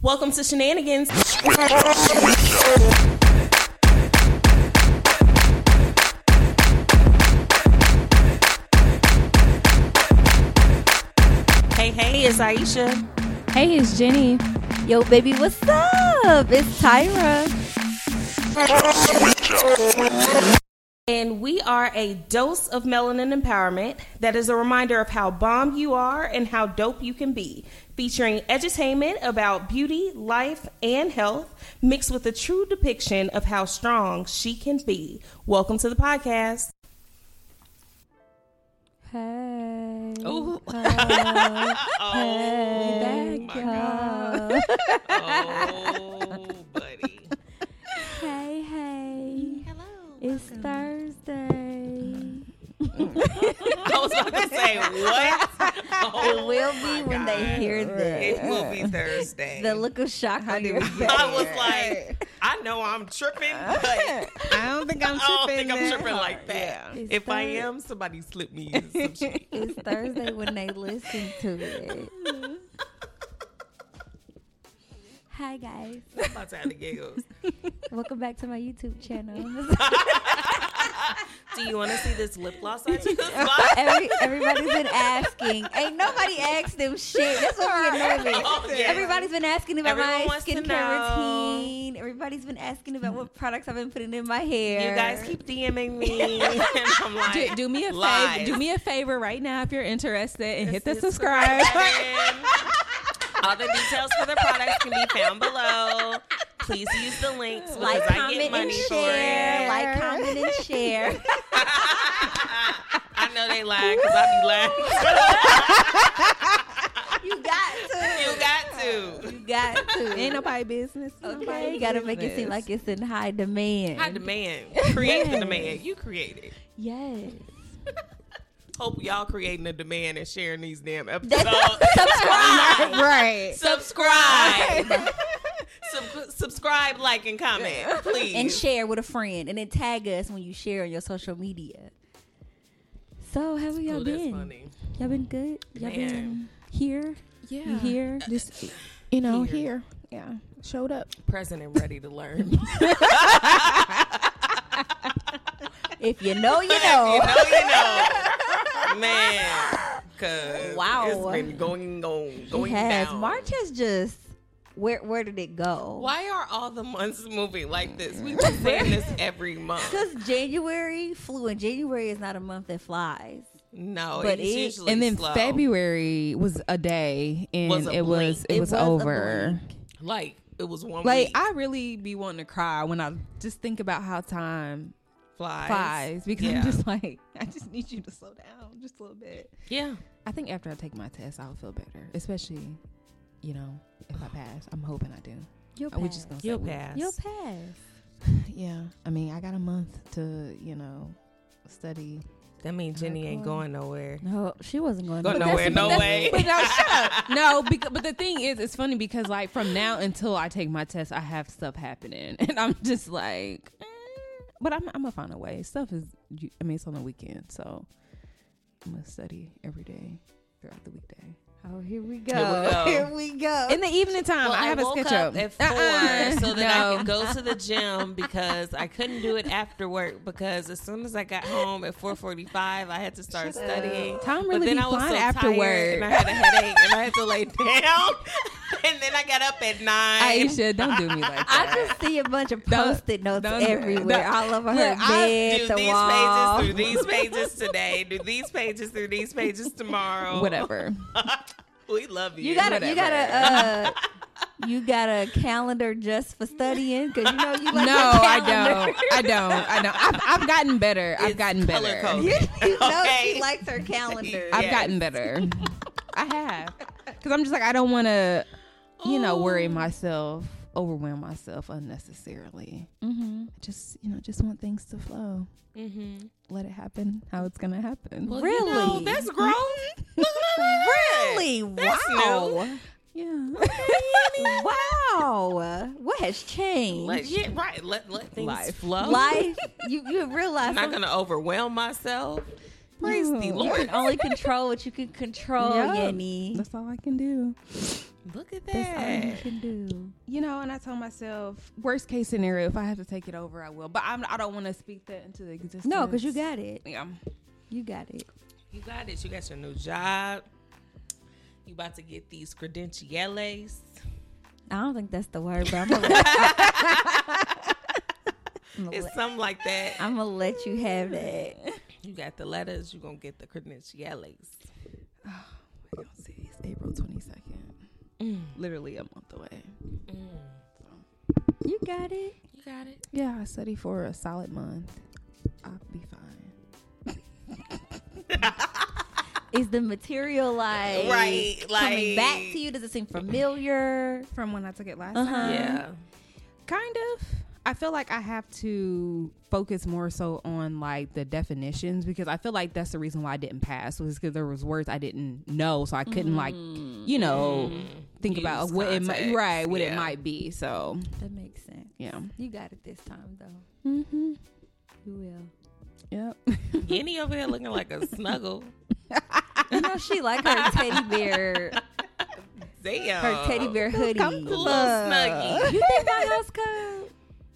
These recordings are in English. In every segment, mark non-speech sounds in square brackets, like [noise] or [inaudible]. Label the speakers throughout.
Speaker 1: Welcome to Shenanigans. Hey, hey, it's Aisha.
Speaker 2: Hey, it's Jenny.
Speaker 3: Yo, baby, what's up? It's Tyra.
Speaker 1: And we are a dose of melanin empowerment that is a reminder of how bomb you are and how dope you can be. Featuring edutainment about beauty, life, and health, mixed with a true depiction of how strong she can be. Welcome to the podcast.
Speaker 3: Hey.
Speaker 4: Ooh. [laughs]
Speaker 3: Hey,
Speaker 4: my
Speaker 3: y'all.
Speaker 4: Oh, buddy.
Speaker 3: [laughs] Hey, hey.
Speaker 4: Hello. Oh
Speaker 3: It's Thursday.
Speaker 4: [laughs] I was about to say
Speaker 3: [laughs]
Speaker 4: what? Oh
Speaker 3: it will be when they hear this.
Speaker 4: It will be Thursday.
Speaker 3: The look of shock on your face.
Speaker 4: I was like, I know I'm tripping,
Speaker 1: [laughs]
Speaker 4: but
Speaker 5: I don't think I'm
Speaker 4: I don't
Speaker 5: tripping.
Speaker 4: think I'm
Speaker 5: that
Speaker 4: tripping
Speaker 5: hard.
Speaker 4: like that.
Speaker 3: It's
Speaker 4: If I
Speaker 3: Thurs-
Speaker 4: am, somebody slip me some shit.
Speaker 3: [laughs] It's Thursday when they listen to
Speaker 4: [laughs]
Speaker 3: it. Hi, guys.
Speaker 4: I'm about to have the giggles.
Speaker 3: Welcome back to my YouTube
Speaker 4: [laughs]
Speaker 3: channel.
Speaker 1: Do you want to see this lip gloss?
Speaker 4: [laughs]
Speaker 1: I just
Speaker 3: Every, everybody's been asking. Ain't nobody asked them shit. That's what we
Speaker 1: [laughs]
Speaker 3: annoying.
Speaker 4: Oh, yeah.
Speaker 3: Everybody's been asking about
Speaker 1: Everyone
Speaker 3: my
Speaker 1: wants to
Speaker 3: skincare
Speaker 1: know.
Speaker 3: routine. Everybody's been asking about what products I've been putting in my hair.
Speaker 1: You guys keep DMing
Speaker 4: [laughs]
Speaker 1: me, and I'm like,
Speaker 5: Do, do me a
Speaker 4: Lies.
Speaker 5: favor. Do me a favor right now if you're interested and hit the
Speaker 4: [laughs]
Speaker 5: subscribe.
Speaker 1: And all the details for the products can be found below. Please use the links because
Speaker 3: like,
Speaker 1: I get
Speaker 3: comment, and
Speaker 1: money for
Speaker 3: share.
Speaker 1: it.
Speaker 3: Like, comment, and
Speaker 1: [laughs]
Speaker 3: share.
Speaker 4: I know they lying because I be lying. [laughs] you got to.
Speaker 3: You got to. You got to.
Speaker 5: Ain't nobody business.
Speaker 3: okay, you gotta make it seem like it's in high demand.
Speaker 4: I demand. Create the demand. You create it.
Speaker 3: yes.
Speaker 4: Hope y'all creating a demand and sharing these damn
Speaker 3: [laughs] That's
Speaker 4: episodes.
Speaker 1: [laughs]
Speaker 3: subscribe.
Speaker 5: right.
Speaker 4: subscribe.
Speaker 3: [laughs]
Speaker 4: Sub- subscribe, like, and comment, please.
Speaker 3: and share with a friend, and then tag us when you share on your social media. So how have y'all
Speaker 4: Oh, that's
Speaker 3: been?
Speaker 4: funny.
Speaker 3: Y'all been good? Y'all
Speaker 4: Man.
Speaker 3: been here?
Speaker 5: Yeah.
Speaker 3: You here?
Speaker 5: Just you know,
Speaker 4: Here.
Speaker 5: here. Yeah. Showed up.
Speaker 4: Present and ready to learn.
Speaker 3: If you know, you know. [laughs]
Speaker 4: Oh, you know, [laughs] man. Cause
Speaker 3: Wow.
Speaker 4: it's been going on, going
Speaker 3: It has.
Speaker 4: down.
Speaker 3: March has just where where did it go?
Speaker 4: Why are all the months moving like this? We've been saying this every month.
Speaker 3: Because January flew, and January is not a month that flies.
Speaker 4: No,
Speaker 3: But
Speaker 4: it's
Speaker 3: it-
Speaker 4: usually
Speaker 5: And then
Speaker 4: slow.
Speaker 5: February was a day and
Speaker 4: Was a
Speaker 5: it was it,
Speaker 3: It
Speaker 5: was,
Speaker 3: was a
Speaker 5: over.
Speaker 4: like it was one
Speaker 5: Like
Speaker 4: week.
Speaker 5: I really be wanting to cry when I just think about how time
Speaker 4: flies.
Speaker 5: flies because
Speaker 4: Yeah.
Speaker 5: I'm just like [laughs] I just need you to slow down just a little bit.
Speaker 4: yeah.
Speaker 5: I think after I take my test, I'll feel better. Especially, you know, if I pass. I'm hoping I do.
Speaker 3: You'll
Speaker 5: Are
Speaker 3: pass.
Speaker 5: Oh, we just gonna say
Speaker 4: You'll
Speaker 5: we-
Speaker 4: pass.
Speaker 3: You'll pass.
Speaker 5: [sighs] Yeah. I mean, I got a month to, you know, study.
Speaker 4: That means Jenny ain't going nowhere.
Speaker 3: No, she wasn't going.
Speaker 4: Go
Speaker 3: to
Speaker 4: nowhere, no way.
Speaker 5: But no, shut
Speaker 4: [laughs]
Speaker 5: up. No, because, but the thing is, it's funny because like from now until I take my test, I have stuff happening, [laughs] and I'm just like, eh. but I'm I'm gonna find a way. Stuff is, you- I mean, it's on the weekend, so I'm gonna study every day throughout the weekday.
Speaker 3: Oh, here [laughs] we
Speaker 4: go.
Speaker 3: go. Here we go.
Speaker 5: In the evening time,
Speaker 4: Well,
Speaker 5: I have a Uh-uh.
Speaker 4: woke
Speaker 5: schedule
Speaker 4: up at 4
Speaker 5: [laughs]
Speaker 4: so that I could go to the gym because I couldn't do it after work because as soon as I got home at 4:45, I had to start studying.
Speaker 5: Time
Speaker 4: but
Speaker 5: really
Speaker 4: then
Speaker 5: be
Speaker 4: I was
Speaker 5: flying
Speaker 4: so
Speaker 5: after
Speaker 4: tired
Speaker 5: work.
Speaker 4: and I had a headache and I had to lay [laughs] down. and then I got up at nine.
Speaker 5: [laughs] Aisha, don't do me like that.
Speaker 3: I just see a bunch of
Speaker 5: Don't-
Speaker 3: post-it notes
Speaker 5: don't-
Speaker 3: everywhere,
Speaker 5: don't-
Speaker 3: all over her
Speaker 5: Look, I
Speaker 3: bed,
Speaker 4: do
Speaker 3: the
Speaker 4: these
Speaker 3: wall.
Speaker 4: pages through these pages today. Do these pages through these pages tomorrow.
Speaker 5: Whatever.
Speaker 4: [laughs] we love you.
Speaker 3: You gotta, you
Speaker 5: Whatever.
Speaker 3: gotta, uh, you got a calendar just for studying because you know you like
Speaker 5: no,
Speaker 3: your
Speaker 5: I
Speaker 3: calendar.
Speaker 5: don't. I don't. I don't. I've, I've gotten better. I've
Speaker 4: It's
Speaker 5: gotten better.
Speaker 4: color-coded.
Speaker 3: [laughs] You, you know
Speaker 4: Okay.
Speaker 3: she likes her calendar.
Speaker 5: I've
Speaker 4: Yes.
Speaker 5: gotten better. I have. Because I'm just like, I don't want to, you know, worry
Speaker 3: Oh.
Speaker 5: myself, overwhelm myself unnecessarily.
Speaker 3: mm-hmm.
Speaker 5: I just, you know, just want things to flow.
Speaker 4: Mm-hmm.
Speaker 5: Let it happen how it's going to happen.
Speaker 4: Well,
Speaker 3: Really?
Speaker 4: You know, that's grown. Look at that.
Speaker 3: Really?
Speaker 4: That's
Speaker 3: Wow.
Speaker 5: [laughs]
Speaker 3: [laughs]
Speaker 5: yeah.
Speaker 3: Wow. What has changed?
Speaker 4: Let, yeah, right. Let let things
Speaker 5: Life.
Speaker 4: flow.
Speaker 3: Life. You you realize
Speaker 4: I'm not
Speaker 3: some-
Speaker 4: gonna overwhelm myself. Praise the
Speaker 5: No.
Speaker 3: you
Speaker 4: Lord.
Speaker 3: can only control what you can control,
Speaker 5: Yeah.
Speaker 3: Yenny.
Speaker 5: That's all I can do.
Speaker 4: Look at
Speaker 3: That's all you
Speaker 4: that.
Speaker 3: can do.
Speaker 5: you know, and I told myself, worst case scenario, if I have to take it over, I will. But I'm, I don't want to speak that into the existence.
Speaker 3: No, because you got it.
Speaker 5: Yeah.
Speaker 3: You got it.
Speaker 4: You got it. You got your new job. You about to get these credentiales.
Speaker 3: I don't think that's the word, but [laughs] I'm gonna let, I'm gonna
Speaker 4: It's
Speaker 3: let-
Speaker 4: something like that.
Speaker 3: I'm gonna let you have that.
Speaker 4: You got the letters. You gonna get the credentiales.
Speaker 5: We're gonna see. It's April 22nd. Mm. Literally a month away.
Speaker 3: You got it.
Speaker 4: Mm, You got it.
Speaker 5: Yeah, I study for a solid month. I'll be fine.
Speaker 3: Is the material like
Speaker 4: Right, like-
Speaker 3: coming back to you? Does it seem familiar?
Speaker 5: From when I took it last
Speaker 3: Uh-huh.
Speaker 5: time?
Speaker 4: Yeah.
Speaker 5: Kind of. I feel like I have to focus more so on like the definitions because I feel like that's the reason why I didn't pass was because there was words I didn't know, so I couldn't like you know think
Speaker 4: Use
Speaker 5: about what it might
Speaker 4: context,
Speaker 5: right what it
Speaker 4: yeah.
Speaker 5: might be. So
Speaker 3: That makes sense.
Speaker 5: yeah,
Speaker 3: You got it this time though.
Speaker 5: mm-hmm.
Speaker 3: You will.
Speaker 5: yep.
Speaker 4: Yenny over here looking like a snuggle.
Speaker 3: You know she like
Speaker 4: [laughs]
Speaker 3: her teddy bear,
Speaker 4: Damn.
Speaker 3: her teddy bear
Speaker 4: Oh.
Speaker 3: hoodie.
Speaker 4: Little snuggy.
Speaker 5: [laughs]
Speaker 3: You think my house cold?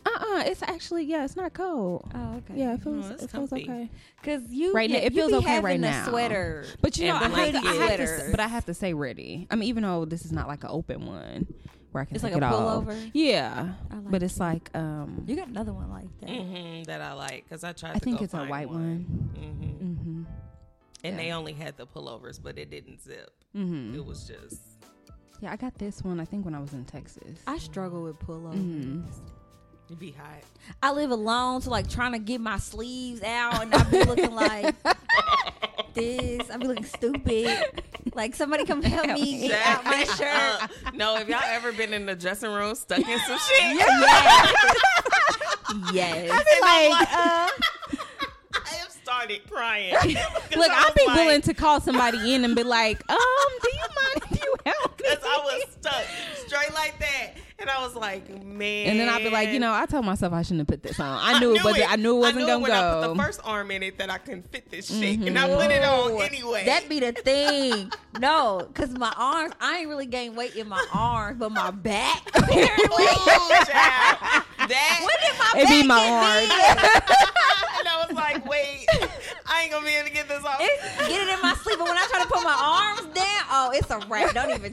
Speaker 5: Uh uh it's actually yeah, it's not cold.
Speaker 3: Oh, okay.
Speaker 5: Yeah, it feels
Speaker 4: No, it's
Speaker 5: it feels
Speaker 4: comfy.
Speaker 5: okay.
Speaker 3: Cause you
Speaker 5: Right now-
Speaker 3: get-
Speaker 5: it
Speaker 3: you
Speaker 5: feels
Speaker 3: be
Speaker 5: okay
Speaker 3: having
Speaker 5: right
Speaker 3: a
Speaker 5: now.
Speaker 3: Sweater.
Speaker 5: But you
Speaker 4: And
Speaker 5: know, I have, to, I have to-
Speaker 3: blankets.
Speaker 5: but I have to say ready. I mean, even though this is not like an open one where I can
Speaker 3: It's
Speaker 5: take
Speaker 3: like a
Speaker 5: it off.
Speaker 3: pullover?
Speaker 5: Yeah,
Speaker 3: I like
Speaker 5: but it's like um,
Speaker 3: You got another one like that.
Speaker 4: hmm that I like because I tried.
Speaker 5: I
Speaker 4: to
Speaker 5: think
Speaker 4: go
Speaker 5: it's a
Speaker 4: find
Speaker 5: white one.
Speaker 4: Mhm.
Speaker 5: Mm-hmm.
Speaker 4: and
Speaker 5: Yeah.
Speaker 4: they only had the pullovers, but it didn't zip.
Speaker 5: Mm-hmm.
Speaker 4: It was just
Speaker 5: Yeah, I got this one. I think when I was in Texas.
Speaker 3: I struggle with pullovers.
Speaker 5: Mhm.
Speaker 4: it'd be [laughs] hot.
Speaker 3: Mm-hmm. I live alone, so like trying to get my sleeves out, and I be
Speaker 4: [laughs]
Speaker 3: looking like this. I be looking stupid. Like somebody [laughs] come help me get out my shirt.
Speaker 4: Uh, no, if y'all ever been in the dressing room stuck in [laughs] some shit,
Speaker 3: Yes.
Speaker 5: like, [laughs]
Speaker 4: I have started crying. [laughs]
Speaker 5: look, I'll be willing to call somebody in and be like, um, do you mind if you help me?
Speaker 4: because I was
Speaker 5: [laughs]
Speaker 4: stuck straight like that, and I was like, man.
Speaker 5: And then I'll be like, you know, I told myself I shouldn't have put this on. I knew, it, but
Speaker 4: it.
Speaker 5: I knew it wasn't
Speaker 4: when I
Speaker 5: gonna
Speaker 4: put
Speaker 5: go. Mm-hmm.
Speaker 4: the first arm in it that I couldn't fit this shit, and I put it on anyway.
Speaker 3: That be the thing. No, because my arms, I ain't really gained weight in my arms, but my back,
Speaker 4: [laughs]
Speaker 3: apparently.
Speaker 4: Ooh,
Speaker 5: [laughs]
Speaker 4: child. That
Speaker 3: when
Speaker 4: [laughs]
Speaker 3: did my back get
Speaker 5: it be my
Speaker 3: big?
Speaker 5: arm.
Speaker 4: and I was like,
Speaker 5: [laughs]
Speaker 4: wait, I ain't gonna be able to get this off.
Speaker 3: It's- Get it in my sleeve, but when I try to put my arms down, oh, it's a wrap. Don't even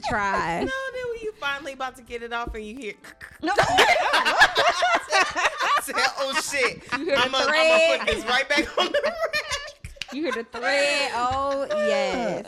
Speaker 4: [laughs]
Speaker 3: try.
Speaker 4: no, then when you finally about to get it off and you
Speaker 5: [laughs]
Speaker 4: hear, [laughs]
Speaker 3: No.
Speaker 4: I said, oh shit, I'm
Speaker 3: hear the
Speaker 4: gonna, I'm gonna
Speaker 3: thread.
Speaker 4: put this right back on the
Speaker 5: [laughs]
Speaker 4: rack.
Speaker 3: You hear the [laughs] thread? Oh yes.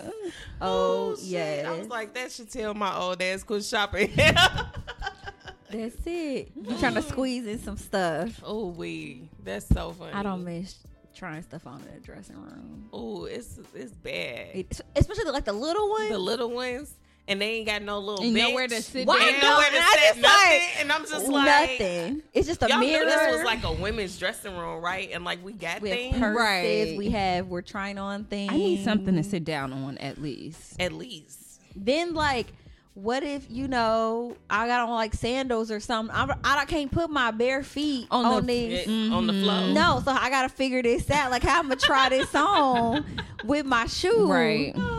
Speaker 3: Oh
Speaker 4: Shit,
Speaker 3: yes.
Speaker 4: I was like, that should tell my old ass quit shopping. [laughs]
Speaker 5: [laughs]
Speaker 3: That's it. You trying to squeeze in some stuff?
Speaker 4: oh wee, that's so funny.
Speaker 3: I don't miss trying stuff on in the dressing room,
Speaker 4: Oh, it's it's bad.
Speaker 3: It- especially like the little one.
Speaker 4: the little ones, and they ain't got no little.
Speaker 5: And
Speaker 4: bench.
Speaker 5: nowhere to sit
Speaker 4: They
Speaker 3: Why
Speaker 5: down.
Speaker 4: ain't
Speaker 3: no?
Speaker 4: nowhere to
Speaker 3: And I
Speaker 4: sit
Speaker 3: just
Speaker 4: nothing.
Speaker 3: like-
Speaker 4: and I'm just like
Speaker 3: Nothing. It's just a
Speaker 4: Y'all
Speaker 3: mirror.
Speaker 4: knew this was like a women's dressing room, right? And like we got
Speaker 3: we have
Speaker 4: things
Speaker 3: purses.
Speaker 5: Right.
Speaker 3: We have. We're trying on things.
Speaker 5: I need something to sit down on at least.
Speaker 4: at least.
Speaker 3: Then like. What if you know I got on like sandals or something? I'm, I can't put my bare feet on,
Speaker 5: On the-
Speaker 3: these.
Speaker 4: It-
Speaker 5: Mm-hmm.
Speaker 4: On the floor.
Speaker 3: No, so I gotta figure this out. Like how I'm gonna try [laughs] this on with my shoe.
Speaker 5: Right.
Speaker 4: Oh,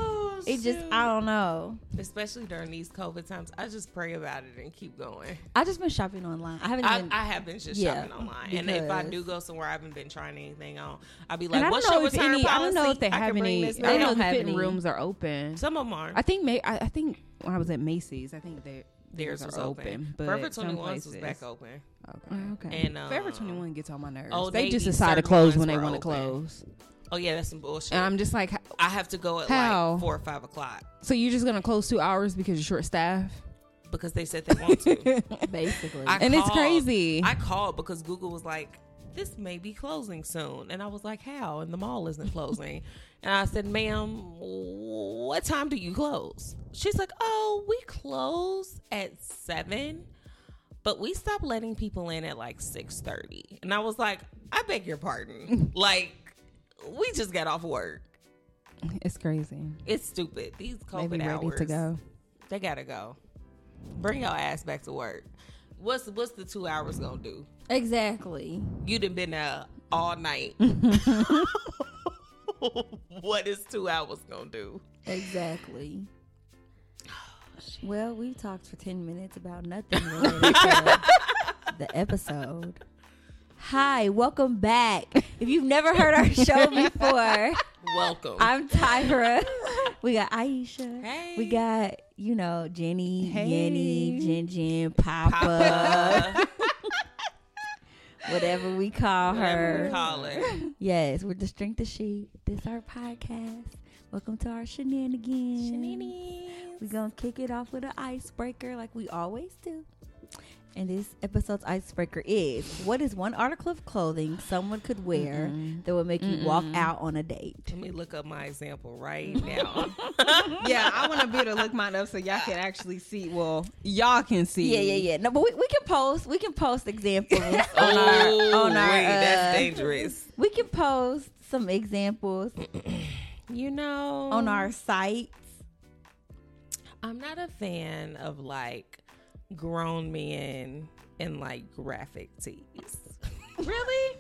Speaker 3: It just
Speaker 4: shoot.
Speaker 3: I don't know.
Speaker 4: especially during these COVID times. I just pray about it and keep going.
Speaker 3: I just been shopping online. I haven't
Speaker 4: I,
Speaker 3: even
Speaker 4: I have been just
Speaker 3: Yeah,
Speaker 4: shopping online, and if I
Speaker 3: because-
Speaker 4: do go somewhere, I haven't been trying anything on. I'll be
Speaker 5: And
Speaker 4: like,
Speaker 5: I
Speaker 4: "What's
Speaker 5: don't
Speaker 4: your
Speaker 5: know if
Speaker 4: return
Speaker 5: any.
Speaker 4: policy?"
Speaker 5: I don't know if they
Speaker 4: I
Speaker 5: have
Speaker 4: can bring
Speaker 5: any.
Speaker 4: this
Speaker 5: I don't know
Speaker 4: back.
Speaker 3: don't
Speaker 5: if the
Speaker 3: have
Speaker 5: fitting
Speaker 3: any.
Speaker 5: rooms are open.
Speaker 4: Some of them are.
Speaker 5: I think may I, I think when I was at Macy's, I think they
Speaker 4: Theirs
Speaker 5: are
Speaker 4: was open.
Speaker 5: but
Speaker 4: Forever
Speaker 5: some
Speaker 4: 21 was back
Speaker 5: places-
Speaker 4: open,
Speaker 5: Okay.
Speaker 3: Oh, okay.
Speaker 4: and um,
Speaker 5: Forever 21 gets on my nerves.
Speaker 4: Old
Speaker 5: they just
Speaker 4: Navy
Speaker 5: decide to
Speaker 4: certain
Speaker 5: close
Speaker 4: ones
Speaker 5: when they
Speaker 4: were
Speaker 5: want to
Speaker 4: open.
Speaker 5: close.
Speaker 4: Oh yeah, that's some bullshit.
Speaker 5: And I'm just like, h-
Speaker 4: I have to go at
Speaker 5: How?
Speaker 4: like four or five o'clock
Speaker 5: so you're just going to close two hours because you're short staffed? [laughs]
Speaker 4: because they said they want to.
Speaker 3: basically.
Speaker 4: I
Speaker 5: And it's
Speaker 4: called.
Speaker 5: crazy.
Speaker 4: I called because Google was like, this may be closing soon. And I was like, how? And the mall isn't
Speaker 5: [laughs]
Speaker 4: closing. and I said, ma'am, what time do you close? She's like, oh, we close at seven, but we stop letting people in at like 6.30. And I was like, I beg your
Speaker 5: [laughs]
Speaker 4: pardon. like, we just got off work.
Speaker 5: It's crazy.
Speaker 4: It's stupid. These COVID
Speaker 5: Maybe
Speaker 4: hours.
Speaker 5: ready
Speaker 4: [laughs]
Speaker 5: to go.
Speaker 4: They gotta go. Bring your ass back to work. What's what's the two hours gonna do?
Speaker 3: exactly.
Speaker 4: you done been out all
Speaker 3: [laughs]
Speaker 4: night. [laughs] what is two hours gonna do? [sighs]
Speaker 3: Exactly. Well, we talked for 10 minutes about nothing
Speaker 4: [laughs]
Speaker 3: related to the episode. Hi, welcome back. If you've never heard
Speaker 4: [laughs]
Speaker 3: our show before,
Speaker 4: Welcome.
Speaker 3: I'm Tyra. We got Aisha.
Speaker 4: Hey.
Speaker 3: We got, you know, Jenny,
Speaker 5: Hey.
Speaker 3: Yenny, Jin Jin, Papa,
Speaker 4: Papa.
Speaker 3: [laughs] whatever we call
Speaker 4: Whatever
Speaker 3: her.
Speaker 4: we call it.
Speaker 3: Yes, we're the Strength of She. This our podcast. Welcome to our shenanigans. We're gonna kick it off with an icebreaker like we always do. And this episode's icebreaker is what is one article of clothing someone could wear that would make you walk out on a date?
Speaker 4: Let me look up my example
Speaker 3: [laughs]
Speaker 4: right now.
Speaker 5: yeah, I want to be able to look mine up so y'all can actually see. Well, y'all can see.
Speaker 3: Yeah, yeah, yeah. No, but we, we can post we can post [laughs] examples on
Speaker 4: oh,
Speaker 3: our on our
Speaker 4: wait, that's
Speaker 3: uh,
Speaker 4: dangerous.
Speaker 3: we can post some examples
Speaker 4: You know,
Speaker 3: on our site.
Speaker 4: I'm not a fan of like grown men in like graphic
Speaker 3: [laughs]
Speaker 4: tees.
Speaker 5: Really?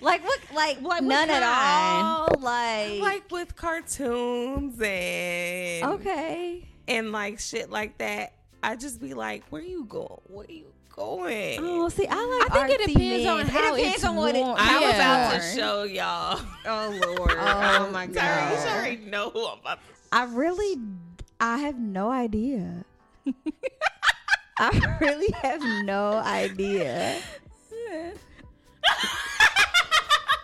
Speaker 3: Like what like
Speaker 5: Like, what
Speaker 3: none at
Speaker 5: kind?
Speaker 3: all. Like,
Speaker 4: like with cartoons and
Speaker 3: Okay.
Speaker 4: and like shit like that. I just be like, where you going? Where you going?
Speaker 3: Oh, see, I like.
Speaker 5: I think it
Speaker 3: artsy
Speaker 5: depends on
Speaker 3: men.
Speaker 5: how
Speaker 3: it depends
Speaker 5: it's
Speaker 3: on what it.
Speaker 5: worn.
Speaker 4: I'm
Speaker 5: yeah.
Speaker 4: about to show y'all.
Speaker 5: [laughs] Oh lord. oh my
Speaker 4: Sorry, you
Speaker 5: god.
Speaker 4: already know who I'm about to
Speaker 3: I really, I have no idea. I really have no idea.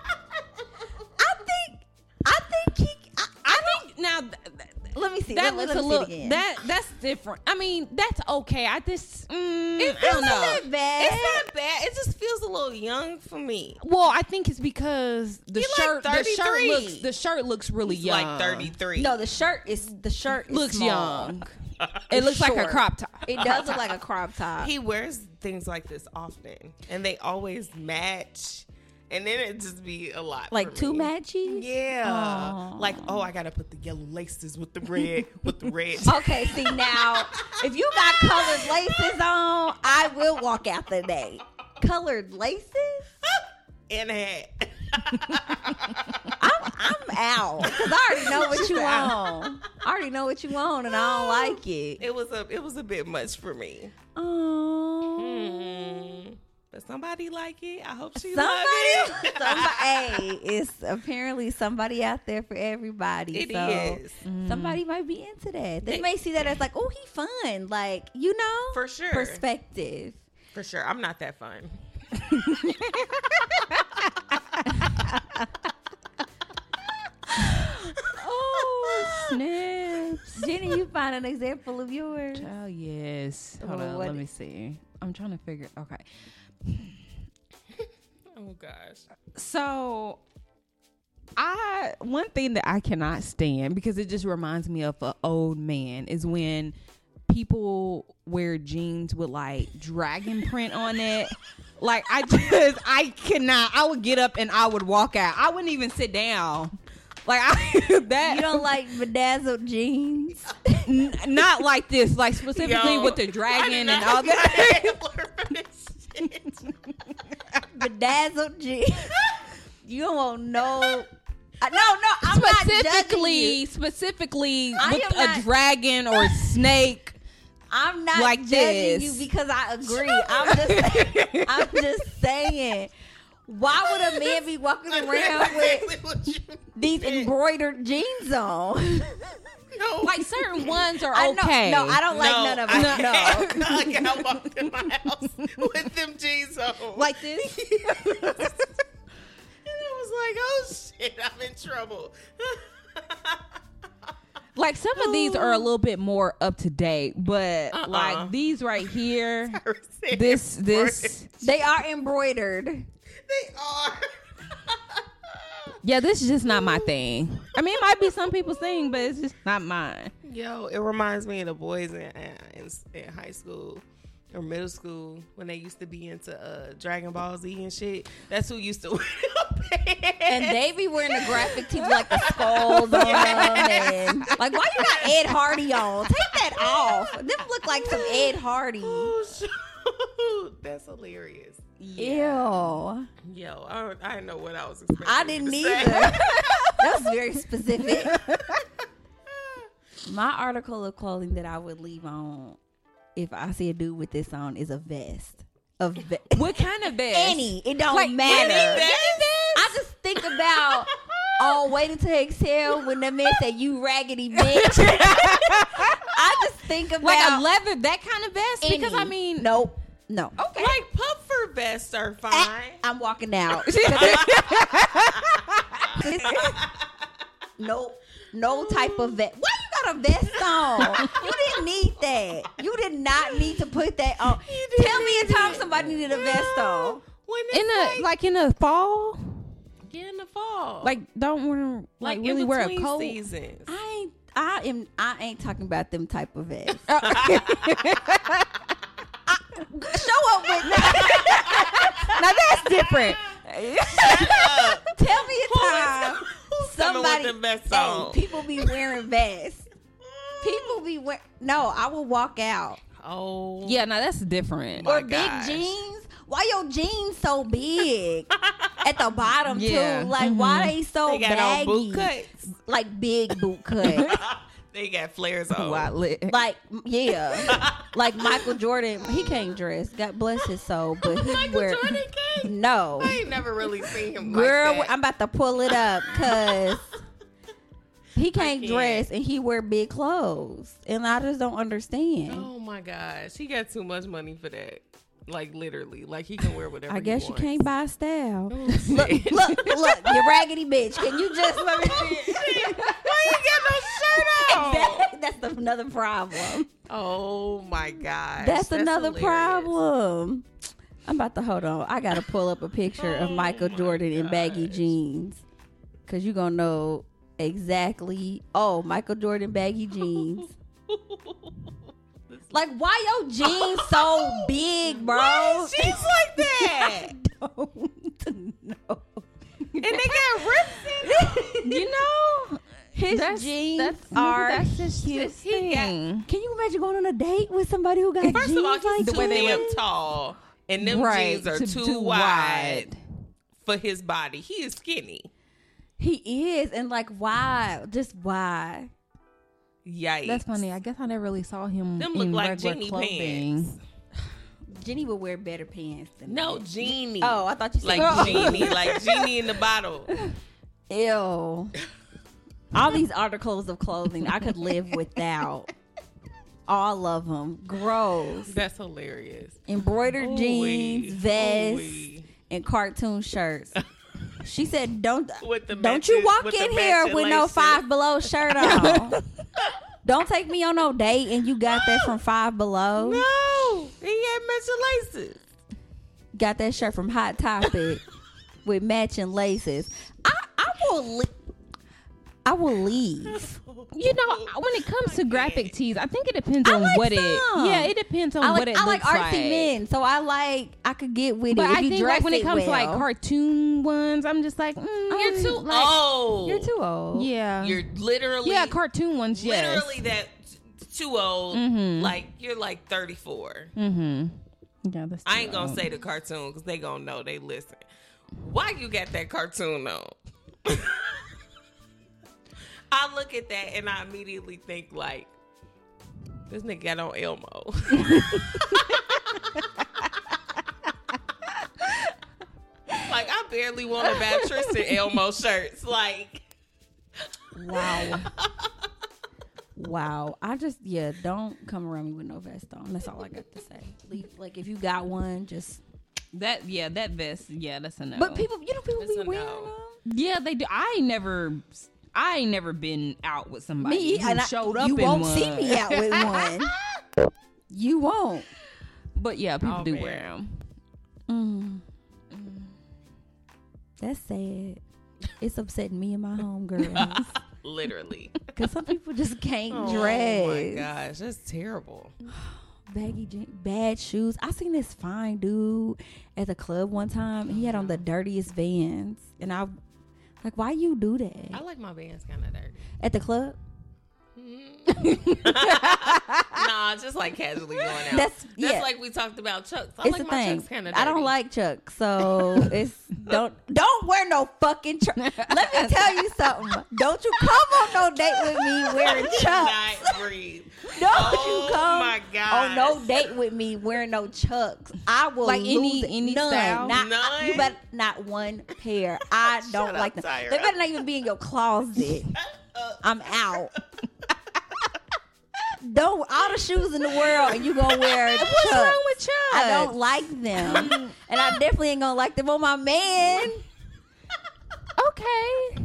Speaker 3: I think, I think he. I,
Speaker 5: I think now th- th-
Speaker 3: let me see.
Speaker 5: that
Speaker 3: let,
Speaker 5: looks
Speaker 3: let me
Speaker 5: a
Speaker 3: see it
Speaker 5: little
Speaker 3: again.
Speaker 5: that that's different. I mean, that's okay. I just mm,
Speaker 4: It
Speaker 5: I don't
Speaker 4: feels
Speaker 5: know.
Speaker 3: Isn't that bad.
Speaker 4: It's not bad. It just feels a little young for me.
Speaker 5: Well, I think it's because the
Speaker 4: He like
Speaker 5: shirt the shirt
Speaker 4: 33.
Speaker 5: looks the shirt looks really
Speaker 4: He's
Speaker 5: young.
Speaker 4: like 33.
Speaker 3: no, the shirt is the shirt is
Speaker 5: Looks
Speaker 3: small.
Speaker 4: [laughs]
Speaker 5: young. It looks like
Speaker 3: short.
Speaker 5: a crop top.
Speaker 3: It does look like a crop top.
Speaker 4: He wears things like this often, and they always match. And then it just be a lot.
Speaker 3: like
Speaker 4: for
Speaker 3: too
Speaker 4: me.
Speaker 3: matchy.
Speaker 4: Yeah. Like, oh, I gotta put the yellow laces with the red, with the [laughs] red.
Speaker 3: Okay, see now, if you got colored laces on, I will walk out the day. Colored laces?
Speaker 4: and a hat.
Speaker 3: I'm I'm out. Cause I already know what you on. I already know what you on, and I don't like it.
Speaker 4: It was a it was a bit much for me.
Speaker 3: Oh,
Speaker 4: But somebody like it. I hope she love
Speaker 3: somebody,
Speaker 4: it. [laughs]
Speaker 3: [laughs] somebody. Hey, it's apparently somebody out there for everybody.
Speaker 4: It
Speaker 3: so
Speaker 4: is.
Speaker 3: somebody might be into that. They may see that as like, oh, he fun. Like you know,
Speaker 4: For sure. [gasps]
Speaker 3: perspective.
Speaker 4: For sure. I'm not that fun.
Speaker 3: Oh,
Speaker 5: Snips.
Speaker 3: Jenny, you find an example of yours.
Speaker 5: Oh yes. Hold
Speaker 3: Well,
Speaker 5: on,
Speaker 3: what-
Speaker 5: let me see. I'm trying to figure. Okay,
Speaker 4: Oh gosh.
Speaker 5: so I one thing that I cannot stand because it just reminds me of an old man is when people wear jeans with like dragon print on it. Like I just I cannot. I would get up and I would walk out. I wouldn't even sit down. Like I [laughs] that
Speaker 3: You don't like bedazzled jeans?
Speaker 5: [laughs] n- not like this. Like specifically
Speaker 4: Yo,
Speaker 5: with the
Speaker 4: I
Speaker 5: dragon
Speaker 4: did
Speaker 5: and
Speaker 4: not [laughs]
Speaker 5: all that.
Speaker 4: learn this shit.
Speaker 3: Bedazzled jeans. You don't want no. I, no, no. I'm not judging
Speaker 5: specifically
Speaker 3: you.
Speaker 5: specifically
Speaker 3: I
Speaker 5: with
Speaker 3: am
Speaker 5: a
Speaker 3: not-
Speaker 5: dragon
Speaker 4: [laughs]
Speaker 5: or snake
Speaker 3: I'm not
Speaker 5: like
Speaker 3: judging
Speaker 5: this.
Speaker 3: you because I agree. I'm just. saying- I'm just saying. Why would a man be
Speaker 5: [laughs]
Speaker 3: walking around
Speaker 4: [laughs]
Speaker 3: with
Speaker 4: Exactly what you
Speaker 3: these
Speaker 4: meant.
Speaker 3: embroidered jeans on?
Speaker 4: No.
Speaker 5: like certain ones are
Speaker 3: [laughs] I know,
Speaker 5: okay
Speaker 3: No, I don't like none of them.
Speaker 4: I,
Speaker 3: No.
Speaker 4: [laughs] Like, I walked in my house with them jeans on.
Speaker 5: like [laughs] this
Speaker 4: and I was like, oh shit, I'm in trouble. [laughs]
Speaker 5: like some of these are a little bit more up to date but
Speaker 4: Uh-uh.
Speaker 5: like these right here
Speaker 4: Embarrassing.
Speaker 5: this this
Speaker 3: They are embroidered.
Speaker 4: They are. [laughs]
Speaker 5: yeah this is just not my thing i mean it might be some people's thing but it's just not mine
Speaker 4: Yo, it reminds me of the boys in, in, in high school or middle school when they used to be into uh, Dragon Ball Z and shit. That's who used to [laughs] wear them pants.
Speaker 3: [laughs] And they be wearing the graphic tees with, like the skulls on them. And, like, why you got Ed Hardy on? Take that off. Them look like some Ed Hardy.
Speaker 4: Oh, shoot. That's hilarious.
Speaker 3: Ew.
Speaker 4: Yo, I, don't- I didn't know what I was [laughs] expecting.
Speaker 3: I [laughs]
Speaker 4: you to
Speaker 3: didn't
Speaker 4: say.
Speaker 3: either. That was very specific. [laughs] My article of clothing that I would leave on if I see a dude with this on is a vest. A ve-
Speaker 5: What kind of vest?
Speaker 3: any. It don't
Speaker 5: Like,
Speaker 3: matter.
Speaker 5: any vest?
Speaker 3: I just think
Speaker 5: [laughs]
Speaker 3: about oh, waiting to exhale when the man said you
Speaker 5: [laughs]
Speaker 3: raggedy bitch. [laughs] I just think about
Speaker 5: Like a leather, that kind of vest? Because I
Speaker 3: any.
Speaker 5: mean, Oh
Speaker 3: nope, no.
Speaker 5: Okay.
Speaker 4: Like puffer vests are
Speaker 3: Ah,
Speaker 4: fine.
Speaker 3: I'm walking
Speaker 5: [laughs]
Speaker 3: out. [laughs] nope. No type of vest. Why you got a vest on? You didn't need that. You did not need to put that
Speaker 5: [laughs]
Speaker 3: on.
Speaker 4: didn't
Speaker 3: Tell me a
Speaker 4: need
Speaker 3: time
Speaker 4: it.
Speaker 3: somebody needed a vest on.
Speaker 4: When it's
Speaker 5: in a like in a fall,
Speaker 4: like, yeah, in the fall,
Speaker 5: like don't want to like,
Speaker 4: in
Speaker 5: really wear a
Speaker 4: between
Speaker 5: coat. [laughs]
Speaker 4: Seasons. [laughs]
Speaker 3: I ain't I am I ain't talking about them type of vests. Show up [laughs] with
Speaker 5: Now that's different.
Speaker 3: Tell me a
Speaker 4: Who is-
Speaker 3: time
Speaker 4: who's coming with
Speaker 3: somebody
Speaker 4: them vests
Speaker 3: Hey,
Speaker 4: on?
Speaker 3: people be wearing vests. People be wearing no. I will walk out
Speaker 4: Oh,
Speaker 5: Yeah, now that's different.
Speaker 4: My
Speaker 3: or big
Speaker 4: gosh.
Speaker 3: jeans. Why your jeans
Speaker 4: [laughs]
Speaker 3: so big at the bottom
Speaker 5: Yeah.
Speaker 3: too? Like why they so
Speaker 4: They got
Speaker 3: baggy?
Speaker 4: on boot cuts.
Speaker 3: Like big
Speaker 4: [laughs]
Speaker 3: boot cut.
Speaker 4: They got flares on.
Speaker 5: Wildly.
Speaker 3: like
Speaker 4: [laughs]
Speaker 3: yeah. like Michael Jordan, he can't dress. God bless his soul, but he
Speaker 4: Michael
Speaker 3: wear
Speaker 4: Jordan came.
Speaker 3: no.
Speaker 4: I ain't never really seen him
Speaker 3: Girl,
Speaker 4: like that.
Speaker 3: I'm about to pull it up
Speaker 4: [laughs]
Speaker 3: because he can't
Speaker 4: can't.
Speaker 3: dress and he wear big clothes, and I just don't understand.
Speaker 4: oh my gosh, he got too much money for that. Like literally, like he can wear whatever.
Speaker 3: I guess
Speaker 4: he
Speaker 3: you
Speaker 4: wants.
Speaker 3: can't buy style.
Speaker 4: Oh, look,
Speaker 3: look,
Speaker 4: [laughs]
Speaker 3: look, look, you raggedy bitch. Can you just
Speaker 4: Oh,
Speaker 3: let me [laughs] see?
Speaker 4: Why you got no shirt on?
Speaker 3: That- that's another problem.
Speaker 4: Oh my gosh.
Speaker 3: That's, another
Speaker 4: hilarious.
Speaker 3: problem. I'm about to hold on. I gotta pull up a picture of
Speaker 4: Oh
Speaker 3: Michael
Speaker 4: my
Speaker 3: Jordan in baggy
Speaker 4: gosh.
Speaker 3: jeans, cause you gonna know exactly. Oh, Michael Jordan
Speaker 4: [laughs]
Speaker 3: baggy jeans. [laughs] Like, why your jeans
Speaker 4: [laughs]
Speaker 3: so big, bro?
Speaker 4: Why is jeans like that?
Speaker 3: [laughs] I don't know.
Speaker 4: and they got rips in it.
Speaker 3: [laughs]
Speaker 5: you know,
Speaker 3: His
Speaker 5: that's,
Speaker 3: jeans
Speaker 5: that's, maybe
Speaker 3: are.
Speaker 5: that's his, his
Speaker 4: he got-
Speaker 5: thing.
Speaker 3: can you imagine going on a date with somebody who got
Speaker 4: First
Speaker 3: jeans
Speaker 4: of all, he's
Speaker 3: like
Speaker 4: too
Speaker 3: that?
Speaker 4: damn tall. And them
Speaker 5: right,
Speaker 4: jeans are
Speaker 5: to
Speaker 4: too
Speaker 5: do
Speaker 4: wide for his body. He is skinny.
Speaker 3: He is, and like, why? Just why?
Speaker 4: Yikes.
Speaker 5: That's funny. I guess I never really saw him
Speaker 4: Them
Speaker 5: in
Speaker 4: look like
Speaker 5: regular
Speaker 4: Jenny
Speaker 5: clothing.
Speaker 4: pants.
Speaker 3: Jenny would wear better pants than
Speaker 4: No,
Speaker 3: that.
Speaker 4: genie.
Speaker 3: Oh, I thought you said [laughs]
Speaker 4: Like genie, like genie in the bottle.
Speaker 3: Ew. All these articles of clothing I could live without. All of them. Gross.
Speaker 4: That's hilarious.
Speaker 3: Embroidered
Speaker 4: Ooh-wee.
Speaker 3: jeans, vests,
Speaker 4: Ooh-wee.
Speaker 3: and cartoon shirts.
Speaker 4: [laughs]
Speaker 3: She said, "Don't
Speaker 4: With the
Speaker 3: don't
Speaker 4: matches-
Speaker 3: you walk
Speaker 4: with
Speaker 3: in
Speaker 4: the
Speaker 3: here
Speaker 4: matching
Speaker 3: with no
Speaker 4: laces."
Speaker 3: Five Below shirt on.
Speaker 4: [laughs]
Speaker 3: don't take me on no date and you got that from Five Below.
Speaker 4: No, Oh, he had mentioned laces.
Speaker 3: Got that shirt from Hot Topic with matching laces. I I will le- I will
Speaker 5: [laughs]
Speaker 3: leave.
Speaker 5: You know, when it comes
Speaker 4: Oh
Speaker 5: to graphic tees, I think it depends
Speaker 3: I
Speaker 5: on
Speaker 3: like
Speaker 5: what
Speaker 3: some.
Speaker 5: it. Yeah, it depends on
Speaker 3: I like
Speaker 5: what it
Speaker 3: I like
Speaker 5: looks
Speaker 3: artsy
Speaker 5: like.
Speaker 3: men, so I like I could get with
Speaker 5: But
Speaker 3: it. if
Speaker 5: I
Speaker 3: you
Speaker 5: think
Speaker 3: dress
Speaker 5: like when it comes to like
Speaker 3: well.
Speaker 5: cartoon ones, I'm just like, mm,
Speaker 3: Um,
Speaker 5: you're too like,
Speaker 4: oh.
Speaker 3: you're too old.
Speaker 5: Yeah,
Speaker 4: You're literally
Speaker 5: yeah, cartoon ones. Yes.
Speaker 4: literally that t- too old. Like you're like 34.
Speaker 5: Yeah, that's
Speaker 4: I ain't gonna say the cartoon because they gonna know they listen. Why you got that cartoon on? [laughs] I look at that and I immediately think like, this nigga got on Elmo. [laughs] like I barely want to buy Tristan Elmo shirts. Like [laughs]
Speaker 3: Wow. wow. I just yeah, don't come around me with no vest on. That's all I got to say. Leave, like if you got one, just
Speaker 5: that. Yeah, that vest. Yeah, that's enough.
Speaker 3: But people, you know people
Speaker 4: It's
Speaker 3: be
Speaker 4: a
Speaker 3: wearing
Speaker 4: no.
Speaker 3: them.
Speaker 5: yeah, they do. I ain't never, I ain't never been out with somebody
Speaker 3: Me
Speaker 5: who
Speaker 3: and I-
Speaker 5: showed up.
Speaker 3: You
Speaker 5: in
Speaker 3: won't
Speaker 5: one.
Speaker 3: see me
Speaker 4: [laughs]
Speaker 3: out with one. you won't.
Speaker 5: But yeah, people
Speaker 4: Oh,
Speaker 5: do
Speaker 4: man.
Speaker 5: wear them.
Speaker 3: Mm. That's sad. It's upsetting me and my homegirls.
Speaker 4: literally.
Speaker 3: Cause some people just can't
Speaker 4: Oh my
Speaker 3: dress.
Speaker 4: gosh, that's terrible.
Speaker 3: Baggy jeans, bad shoes. I seen this fine dude at the club one time. and He had on the dirtiest Vans, and I like, why you do
Speaker 4: I
Speaker 3: that
Speaker 4: like my bands kind of dirty.
Speaker 3: at the club?
Speaker 4: nah, just like casually going out.
Speaker 3: That's-
Speaker 4: That's,
Speaker 3: yeah.
Speaker 4: like we talked about Chucks. I
Speaker 3: it's
Speaker 4: like
Speaker 3: the
Speaker 4: my
Speaker 3: thing.
Speaker 4: Chucks kind of
Speaker 3: I don't like Chuck,
Speaker 4: [laughs]
Speaker 3: so it's don't don't wear no fucking Chuck. Let me tell you something. Don't you come on no date with me
Speaker 4: [laughs]
Speaker 3: wearing Chuck.
Speaker 4: Not breathe.
Speaker 3: Don't
Speaker 4: Oh
Speaker 3: you come
Speaker 4: my
Speaker 3: on
Speaker 4: God.
Speaker 3: no date with me wearing no chucks. I will
Speaker 5: Like any-
Speaker 3: lose it.
Speaker 5: any
Speaker 3: none,
Speaker 5: style?
Speaker 3: Not,
Speaker 4: None?
Speaker 3: You bet not one pair. I don't
Speaker 4: up,
Speaker 3: like them.
Speaker 4: Tyra.
Speaker 3: They better not even be in your closet. I'm out. don't all the shoes in the world, and you gonna wear
Speaker 5: What's
Speaker 3: chucks.
Speaker 5: wrong with Chuck?
Speaker 3: I don't like them, and I definitely ain't gonna like them on my man.
Speaker 5: Okay. I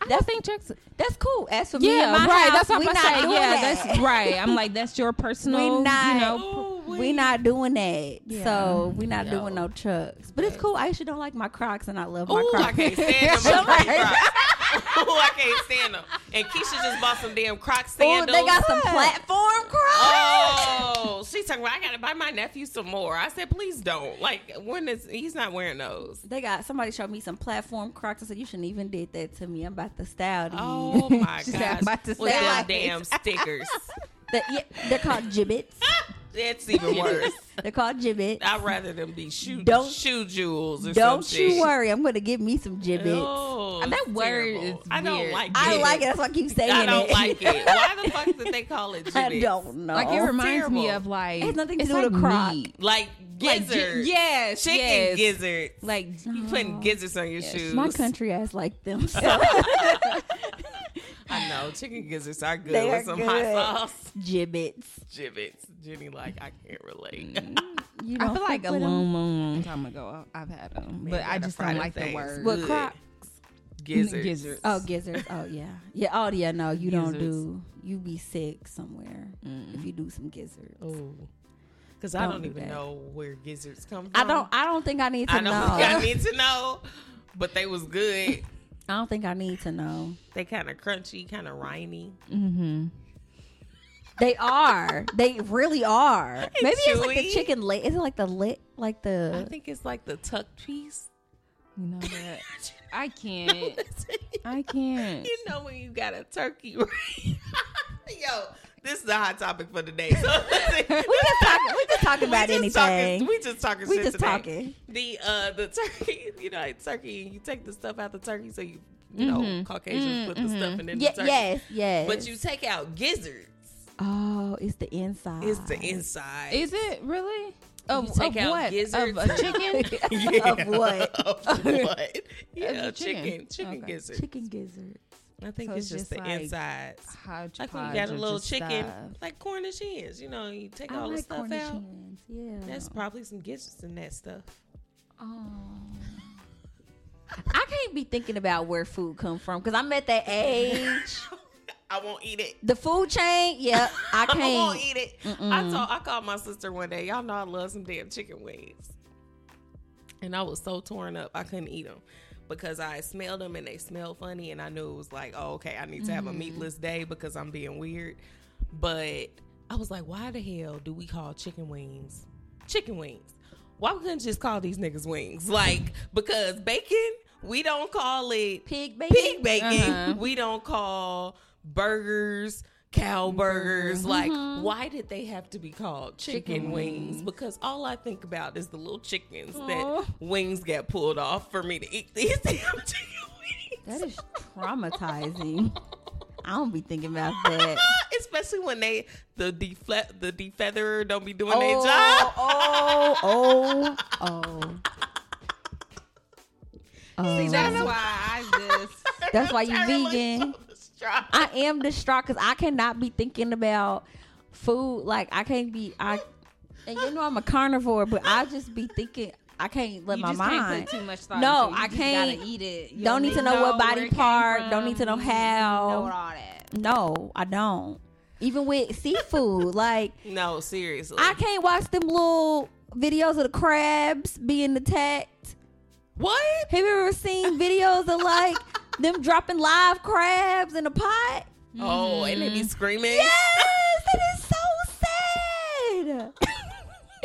Speaker 3: That's-
Speaker 5: don't think Chuck's.
Speaker 3: That's cool. As for me,
Speaker 5: Yeah,
Speaker 3: and my
Speaker 5: right.
Speaker 3: house,
Speaker 5: that's what
Speaker 3: we
Speaker 5: I'm
Speaker 3: not
Speaker 5: saying.
Speaker 3: doing
Speaker 5: Yeah,
Speaker 3: that. [laughs]
Speaker 5: that's right. I'm like, that's your personal.
Speaker 3: not-
Speaker 5: You know,
Speaker 4: Ooh,
Speaker 3: we not doing that.
Speaker 5: Yeah.
Speaker 3: So we not
Speaker 5: Yo.
Speaker 3: doing no trucks. But it's cool. I actually don't like my Crocs, and I love my
Speaker 4: Ooh,
Speaker 3: Crocs.
Speaker 4: I can't stand them. Crocs. Ooh, I can't stand them. And Keisha just bought some damn Croc
Speaker 3: [laughs] Ooh,
Speaker 4: sandals.
Speaker 3: they got some platform Crocs.
Speaker 4: Oh, she's talking about I gotta buy my nephew some more. I said, please don't. Like when is he's not wearing those.
Speaker 3: [laughs] They got somebody showed me some platform Crocs. I said you shouldn't even did that to me. I'm about to style these. [laughs]
Speaker 4: Oh my
Speaker 5: She's
Speaker 4: gosh.
Speaker 5: about to
Speaker 4: With
Speaker 5: say
Speaker 4: them
Speaker 3: like-
Speaker 4: damn
Speaker 3: [laughs]
Speaker 4: stickers.
Speaker 3: They- yeah, they're called
Speaker 4: [laughs]
Speaker 3: gibbets.
Speaker 4: That's even worse.
Speaker 3: they're called gibbets.
Speaker 4: I'd rather them be shoe
Speaker 3: Don't-
Speaker 4: shoe jewels or
Speaker 3: Don't
Speaker 4: some
Speaker 3: you
Speaker 4: shit.
Speaker 3: worry. I'm gonna give me some gibbets.
Speaker 4: Oh,
Speaker 5: And that
Speaker 4: it's
Speaker 5: word
Speaker 4: terrible.
Speaker 5: is
Speaker 4: I don't
Speaker 5: weird.
Speaker 4: like it.
Speaker 3: I like it. That's why I keep saying
Speaker 4: I don't
Speaker 3: it.
Speaker 4: like it. Why the fuck did they call it
Speaker 3: [laughs] I
Speaker 4: gibbet?
Speaker 3: don't know.
Speaker 5: like it reminds me
Speaker 4: terrible.
Speaker 5: of like
Speaker 3: Oh, It has nothing to
Speaker 5: it's
Speaker 3: do
Speaker 5: like
Speaker 3: with a croc.
Speaker 5: meat.
Speaker 4: Like
Speaker 5: Like, gi-
Speaker 4: gizzards.
Speaker 5: yes,
Speaker 4: Chicken
Speaker 5: yes.
Speaker 4: gizzards.
Speaker 5: Like
Speaker 4: You
Speaker 3: oh,
Speaker 4: putting gizzards on your shoes.
Speaker 3: My country ass like
Speaker 4: [laughs]
Speaker 3: them. So
Speaker 4: I know. Chicken gizzards are good
Speaker 3: They
Speaker 4: with
Speaker 3: are
Speaker 4: some
Speaker 3: good.
Speaker 4: hot sauce. [laughs]
Speaker 3: gibbets.
Speaker 4: Gibbets. Jenny like, I can't relate.
Speaker 3: Mm-hmm.
Speaker 4: [laughs]
Speaker 3: You
Speaker 5: I
Speaker 3: don't
Speaker 5: feel like
Speaker 3: fuck
Speaker 5: a
Speaker 3: with
Speaker 5: long,
Speaker 3: 'em?
Speaker 5: long, long time ago I- I've had them, but I
Speaker 4: gotta
Speaker 5: just don't
Speaker 4: find
Speaker 5: like the
Speaker 4: things.
Speaker 5: word
Speaker 3: What
Speaker 4: Good.
Speaker 3: Crocs?
Speaker 4: gizzards.
Speaker 5: gizzards.
Speaker 3: Oh, gizzards. Oh, yeah. Yeah. Oh, yeah. No, you don't
Speaker 5: Gizzards.
Speaker 3: do. You be sick somewhere if you do some gizzards.
Speaker 4: Because I
Speaker 3: Oh. Don't
Speaker 4: don't,
Speaker 3: do
Speaker 4: even
Speaker 3: that.
Speaker 4: know where gizzards come from.
Speaker 3: I don't. I don't think I need to
Speaker 4: I don't
Speaker 3: know.
Speaker 4: think [laughs] I need to know. But they was good.
Speaker 3: I don't think I need to know.
Speaker 4: [laughs] They kind of crunchy, kind of rhiney.
Speaker 3: They are. they
Speaker 4: [laughs]
Speaker 3: really are. Maybe it's like the
Speaker 4: chewy.
Speaker 3: chicken leg. Is it like the lit? Like
Speaker 4: I
Speaker 3: the?
Speaker 4: think it's like the tuck piece.
Speaker 5: You [laughs] know what?
Speaker 4: [laughs]
Speaker 5: I can't. I can't.
Speaker 4: You know when you got a turkey, [laughs] right? Yo, this is a hot topic for today. So [laughs] we
Speaker 3: can talk- we can
Speaker 4: [laughs]
Speaker 3: talk about
Speaker 4: just
Speaker 3: anything.
Speaker 4: Talking, we just talking.
Speaker 3: We
Speaker 4: shit
Speaker 3: just
Speaker 4: today.
Speaker 3: talking.
Speaker 4: The uh, the turkey, [laughs] you know, like turkey. You take the stuff out the turkey, so you you know Caucasians put the stuff in the
Speaker 3: Yeah,
Speaker 4: turkey.
Speaker 3: yes. Yes.
Speaker 4: But you take out gizzards.
Speaker 3: Oh, it's the inside.
Speaker 4: It's the inside.
Speaker 5: Is it really? Of,
Speaker 4: You take
Speaker 5: of
Speaker 4: out
Speaker 5: what?
Speaker 4: gizzards.
Speaker 5: Of a
Speaker 4: [laughs]
Speaker 5: chicken?
Speaker 3: of what?
Speaker 4: Of what? Yeah,
Speaker 5: Of chicken.
Speaker 4: chicken, chicken,
Speaker 5: Okay.
Speaker 4: gizzards.
Speaker 3: Chicken gizzards.
Speaker 4: I think
Speaker 5: So
Speaker 4: it's,
Speaker 5: it's
Speaker 4: just,
Speaker 5: just
Speaker 4: the
Speaker 5: like-
Speaker 4: insides. Like
Speaker 5: Hodgepodge
Speaker 4: when you got a
Speaker 5: of
Speaker 4: little
Speaker 5: just
Speaker 4: chicken,
Speaker 5: stuff.
Speaker 4: like Cornish hens, you know, you take
Speaker 3: I
Speaker 4: all the
Speaker 3: like
Speaker 4: stuff
Speaker 3: cornish
Speaker 4: out.
Speaker 3: hens. Yeah.
Speaker 4: That's probably some gizzards in that stuff.
Speaker 3: Oh. [laughs] I can't be thinking about where food come from because I'm at that age.
Speaker 4: [laughs] I won't eat it.
Speaker 3: The food chain, yeah, [laughs] I
Speaker 4: [laughs] I won't eat
Speaker 3: can't.
Speaker 4: it. I told I called my sister one day. Y'all know I love some damn chicken wings, and I was so torn up I couldn't eat them because I smelled them and they smelled funny, and I knew it was like, oh okay, I need to have
Speaker 3: Mm-hmm.
Speaker 4: a meatless day because I'm being weird. But I was like, why the hell do we call chicken wings chicken wings? Why we couldn't just call these niggas wings? [laughs] Like because bacon, we don't call it
Speaker 3: Pig bacon.
Speaker 5: [laughs]
Speaker 4: pig bacon
Speaker 5: Uh-huh.
Speaker 4: we don't call burgers cow burgers
Speaker 3: Mm-hmm.
Speaker 4: like why did they have to be called chicken, wings? because all i think about is the little chickens
Speaker 5: Aw.
Speaker 4: that wings got pulled off for me to eat these [laughs] damn chicken wings
Speaker 3: That is traumatizing. I don't be thinking about that.
Speaker 4: [laughs] especially when they the defle- the defeatherer don't be doing their
Speaker 3: Oh,
Speaker 4: job
Speaker 3: oh, oh, oh. Oh.
Speaker 5: That's
Speaker 4: [laughs]
Speaker 5: why I just.
Speaker 3: that's why you
Speaker 4: Terrible.
Speaker 3: vegan.
Speaker 4: Strong.
Speaker 3: I am distraught because I cannot be thinking about food. Like I can't be. I and you know I'm a carnivore, but I just be thinking. I can't let
Speaker 5: You
Speaker 3: my
Speaker 5: just
Speaker 3: mind.
Speaker 5: can't put too much thought
Speaker 3: No,
Speaker 5: into it. You
Speaker 3: I
Speaker 5: just
Speaker 3: can't.
Speaker 5: Gotta eat it. You
Speaker 3: don't need to know what
Speaker 5: where
Speaker 3: body
Speaker 5: it came
Speaker 3: part. Don't
Speaker 5: from.
Speaker 3: need to know
Speaker 5: You Know all
Speaker 3: how.
Speaker 5: that.
Speaker 3: No, I don't. Even with seafood, like
Speaker 4: no seriously
Speaker 3: I can't watch them little videos of the crabs being attacked.
Speaker 4: what
Speaker 3: Have you ever seen videos of like them dropping live crabs in a pot?
Speaker 4: oh and they be screaming
Speaker 3: Mm-hmm. Yes, that
Speaker 4: [laughs]
Speaker 3: is so sad.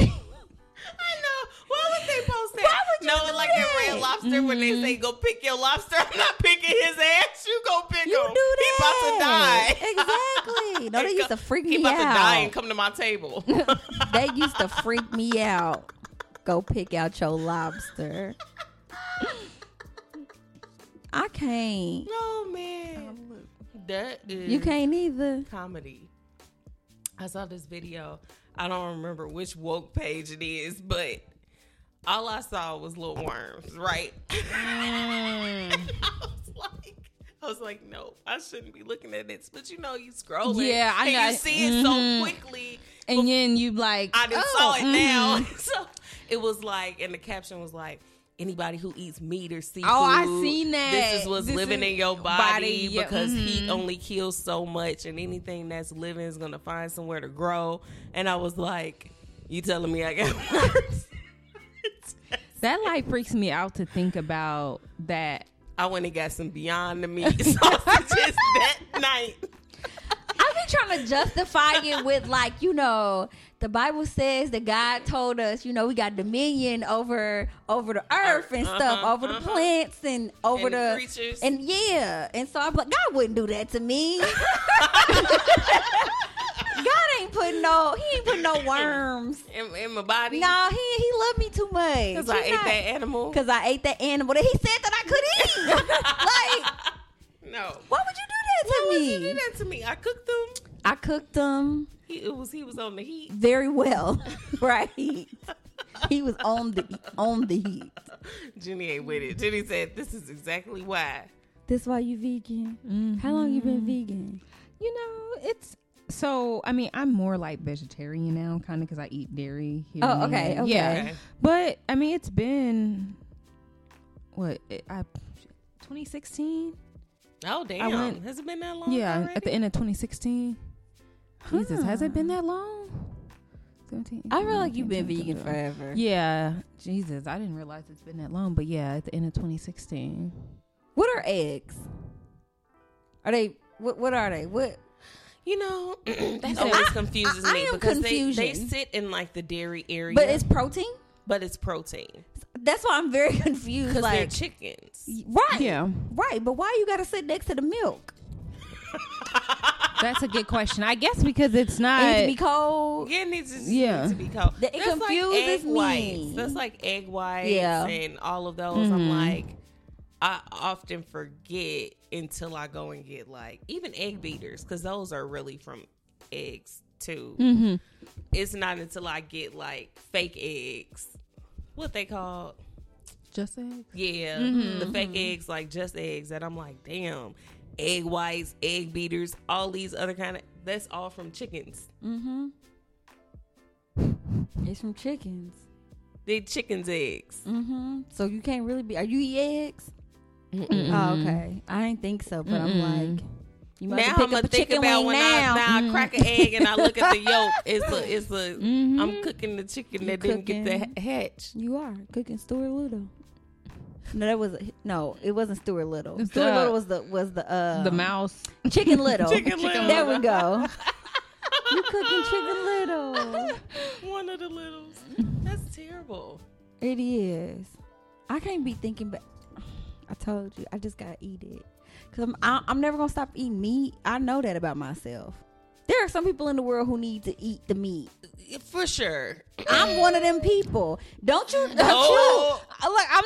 Speaker 4: I know. Why would they post that?
Speaker 3: Why would you
Speaker 4: no,
Speaker 3: do
Speaker 4: like
Speaker 3: that?
Speaker 4: in Red Lobster when they say go pick [laughs] your lobster. I'm not picking his ass. You go pick
Speaker 3: You
Speaker 4: him.
Speaker 3: do that.
Speaker 4: He about to die. [laughs]
Speaker 3: Really? No, they used to freak
Speaker 4: He
Speaker 3: me
Speaker 4: about to die and
Speaker 3: out.
Speaker 4: come to my
Speaker 3: [laughs]
Speaker 4: table. [laughs]
Speaker 3: They used to freak me out. Go pick out
Speaker 4: [laughs]
Speaker 3: your lobster. I can't.
Speaker 4: no man, that is
Speaker 3: Oh, You can't either.
Speaker 4: comedy. I saw this video. I don't remember which woke page it is, but all I saw was little worms, right? [laughs]
Speaker 5: Mm.
Speaker 4: And I was like, I was like, no, I shouldn't be looking at this. But you know, you scrolling,
Speaker 5: Yeah, I
Speaker 4: and
Speaker 5: know.
Speaker 4: you see it
Speaker 5: Mhm.
Speaker 4: so quickly.
Speaker 5: and then you like
Speaker 4: I just
Speaker 5: oh,
Speaker 4: saw it now. [laughs]
Speaker 5: mhm.
Speaker 4: so it was like, and the caption was like, anybody who eats meat or seafood.
Speaker 5: Oh, I seen that.
Speaker 4: This is what's
Speaker 5: This
Speaker 4: living
Speaker 5: is-
Speaker 4: in your body,
Speaker 5: body, yeah,
Speaker 4: because
Speaker 5: mhm.
Speaker 4: heat only kills so much, and anything that's living is gonna find somewhere to grow. And I was like, you telling me I got [laughs] worms?
Speaker 5: That like freaks me out to think about that.
Speaker 4: I went and got some Beyond the Meat [laughs] sausages that night.
Speaker 3: I've been trying to justify it with like, you know, the Bible says that God told us, you know, we got dominion over over the earth and stuff,
Speaker 4: Uh-huh,
Speaker 3: over the
Speaker 4: uh-huh.
Speaker 3: plants and over
Speaker 4: And the
Speaker 3: the
Speaker 4: creatures.
Speaker 3: And yeah. And so I'm like, God wouldn't do that
Speaker 4: [laughs]
Speaker 3: to me. God ain't putting no he ain't putting no worms.
Speaker 4: In, in my body,
Speaker 3: No, he he loved me too much.
Speaker 4: because I
Speaker 3: He
Speaker 4: ate
Speaker 3: not-
Speaker 4: that
Speaker 5: [laughs]
Speaker 4: animal.
Speaker 3: Cause I ate that animal that he said that I
Speaker 4: [laughs]
Speaker 3: could eat. like,
Speaker 4: No,
Speaker 3: why would you do that to
Speaker 4: he
Speaker 3: me?
Speaker 4: did that to me. I cooked them.
Speaker 3: I cooked them.
Speaker 4: He it was he was on the heat.
Speaker 3: very well, [laughs] right? He was on the on the heat.
Speaker 4: [laughs] Jenny ain't with it. Jenny said, "This is exactly why."
Speaker 3: That's why you vegan. How long you been vegan?
Speaker 5: You know, it's so. I mean, I'm more like vegetarian now, kind of, because I eat dairy. Here
Speaker 3: Oh,
Speaker 5: and
Speaker 3: okay,
Speaker 5: there.
Speaker 3: okay.
Speaker 5: yeah. But I mean, it's been what it- I 2016.
Speaker 4: Oh damn!
Speaker 5: went-
Speaker 4: Has it been that long?
Speaker 5: Yeah,
Speaker 4: already?
Speaker 5: at the end of 2016. Jesus, has it been that long? 17.
Speaker 3: I feel like you've been
Speaker 5: 18,
Speaker 3: vegan
Speaker 5: 19.
Speaker 3: forever.
Speaker 5: Yeah, Jesus, I didn't realize it's been that long. But yeah, at the end of 2016.
Speaker 3: What are eggs? Are they what? What are they? What?
Speaker 4: you know [clears throat] that
Speaker 5: said-
Speaker 4: always
Speaker 5: I-
Speaker 4: confuses
Speaker 3: I- I
Speaker 4: me
Speaker 3: am
Speaker 4: because they, they
Speaker 3: confusion.
Speaker 4: sit in like the dairy area,
Speaker 3: But it's protein.
Speaker 4: but it's protein
Speaker 3: That's why I'm very [laughs] confused.
Speaker 4: because they're
Speaker 3: Like,
Speaker 4: chickens.
Speaker 3: right?
Speaker 5: Yeah.
Speaker 3: Right. But why you got to sit next to the milk?
Speaker 5: That's a good question. I guess because it's not.
Speaker 3: It needs to be cold.
Speaker 4: Yeah, it needs to,
Speaker 5: Yeah.
Speaker 4: needs to be cold.
Speaker 3: That- it confuses
Speaker 4: like egg
Speaker 3: me.
Speaker 4: Whites. That's like egg whites
Speaker 3: Yeah.
Speaker 4: and all of those. I'm like, I often forget until I go and get like even egg beaters because those are really from eggs too. It's not until I get like fake eggs, what they call.
Speaker 5: Just eggs.
Speaker 4: Yeah, the fake
Speaker 3: Mm-hmm.
Speaker 4: eggs, like just eggs, that I'm like, damn, egg whites, egg beaters, all these other kind of. That's all from chickens.
Speaker 3: Mm-hmm. It's from chickens.
Speaker 4: They chickens' eggs.
Speaker 3: Mm-hmm. So you can't really be. Are you eat eggs? Oh, okay. I didn't think so, but I'm like, you might
Speaker 4: Now
Speaker 3: pick
Speaker 4: I'm
Speaker 3: up
Speaker 4: gonna
Speaker 3: a
Speaker 4: think
Speaker 3: chicken
Speaker 4: about
Speaker 3: wing
Speaker 4: when
Speaker 3: now.
Speaker 4: I,
Speaker 5: Mm-hmm.
Speaker 4: now I crack an egg and I look at the
Speaker 3: [laughs]
Speaker 4: yolk. It's a, it's a. am cooking the chicken
Speaker 3: Mm-hmm. You
Speaker 4: that didn't get
Speaker 3: cooking.
Speaker 4: the ha- hatch.
Speaker 3: [laughs] you are cooking Stuart Little. No, that was no. It wasn't Stuart Little.
Speaker 5: It's
Speaker 3: Stuart
Speaker 5: the-
Speaker 3: Little was the was the uh
Speaker 5: the mouse.
Speaker 3: Chicken
Speaker 5: [laughs]
Speaker 3: Little.
Speaker 4: Chicken Little.
Speaker 3: There we go. you cooking Chicken Little?
Speaker 4: One of the littles. That's terrible.
Speaker 3: It is. I can't be thinking back. [sighs] I told you. I just gotta eat it because I'm I, I'm never gonna stop eating meat. I know that about myself. There are some people in the world who need to eat the meat.
Speaker 4: For sure.
Speaker 3: I'm one of them people. Don't you? Don't
Speaker 4: Oh.
Speaker 3: you?
Speaker 5: Uh, Look, I'm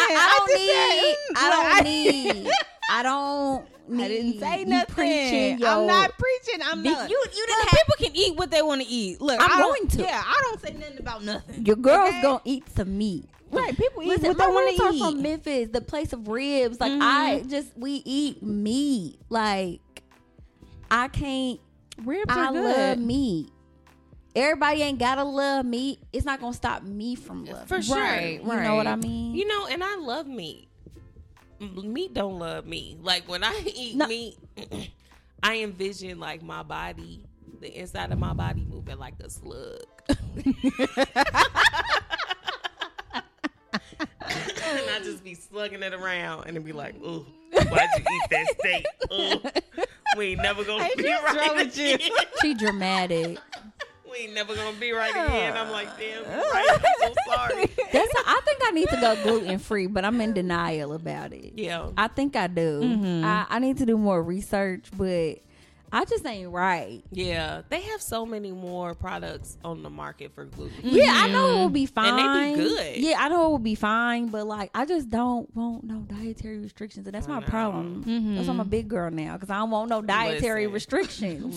Speaker 5: not saying
Speaker 3: I,
Speaker 5: nothing.
Speaker 3: I don't
Speaker 5: just said,
Speaker 3: need. I
Speaker 5: mm, like,
Speaker 3: don't need. I don't need.
Speaker 5: [laughs] I didn't say
Speaker 3: you
Speaker 5: nothing.
Speaker 3: Preaching, yo.
Speaker 5: I'm not preaching. I'm
Speaker 3: Be-
Speaker 5: not.
Speaker 3: you- you didn't
Speaker 5: Look,
Speaker 3: have-
Speaker 5: people can eat what they want to eat. Look,
Speaker 3: I'm
Speaker 5: I don't-
Speaker 3: going to.
Speaker 5: Yeah, I don't say nothing about nothing.
Speaker 3: Your girl's
Speaker 5: Okay?
Speaker 3: gonna eat some meat.
Speaker 5: Right, people eat
Speaker 3: Listen,
Speaker 5: what
Speaker 3: my
Speaker 5: they want
Speaker 3: roots
Speaker 5: to
Speaker 3: are
Speaker 5: eat. Mm-hmm.
Speaker 3: from Memphis, the place of ribs. Like I just we eat meat. Like I can't.
Speaker 5: Ribs
Speaker 3: I love meat. Everybody ain't gotta love meat. It's not gonna stop me from loving.
Speaker 4: For
Speaker 3: it.
Speaker 4: sure.
Speaker 5: Right,
Speaker 3: You know what I
Speaker 5: right.
Speaker 3: mean?
Speaker 5: [laughs]
Speaker 4: You know, and I love meat. M- Meat don't love me. Like when I [laughs] eat
Speaker 3: No.
Speaker 4: meat, [clears throat] I envision like my body, the inside of my body moving like a slug. [laughs] and I just be slugging it around and it be like, ooh, why'd you eat that steak? Ooh, we ain't never gonna be right again.
Speaker 3: she dramatic.
Speaker 4: [laughs] We ain't never gonna be right again. I'm like, damn, you're right. I'm so sorry.
Speaker 3: That's. I think I need to go gluten free, but I'm in denial about it.
Speaker 4: Yeah.
Speaker 5: Mm-hmm.
Speaker 3: I think I do. I, I need to do more research, but I I just ain't right.
Speaker 4: Yeah, they have so many more products on the market for gluten.
Speaker 3: Yeah, I know it will be fine.
Speaker 4: Mm-hmm. And they be good.
Speaker 3: Yeah, I know it will be fine, but like I just don't want no dietary restrictions, and that's my
Speaker 4: know. Mm-hmm.
Speaker 3: problem. That's why I'm a big girl now because I don't want no dietary
Speaker 4: Listen.
Speaker 3: restrictions.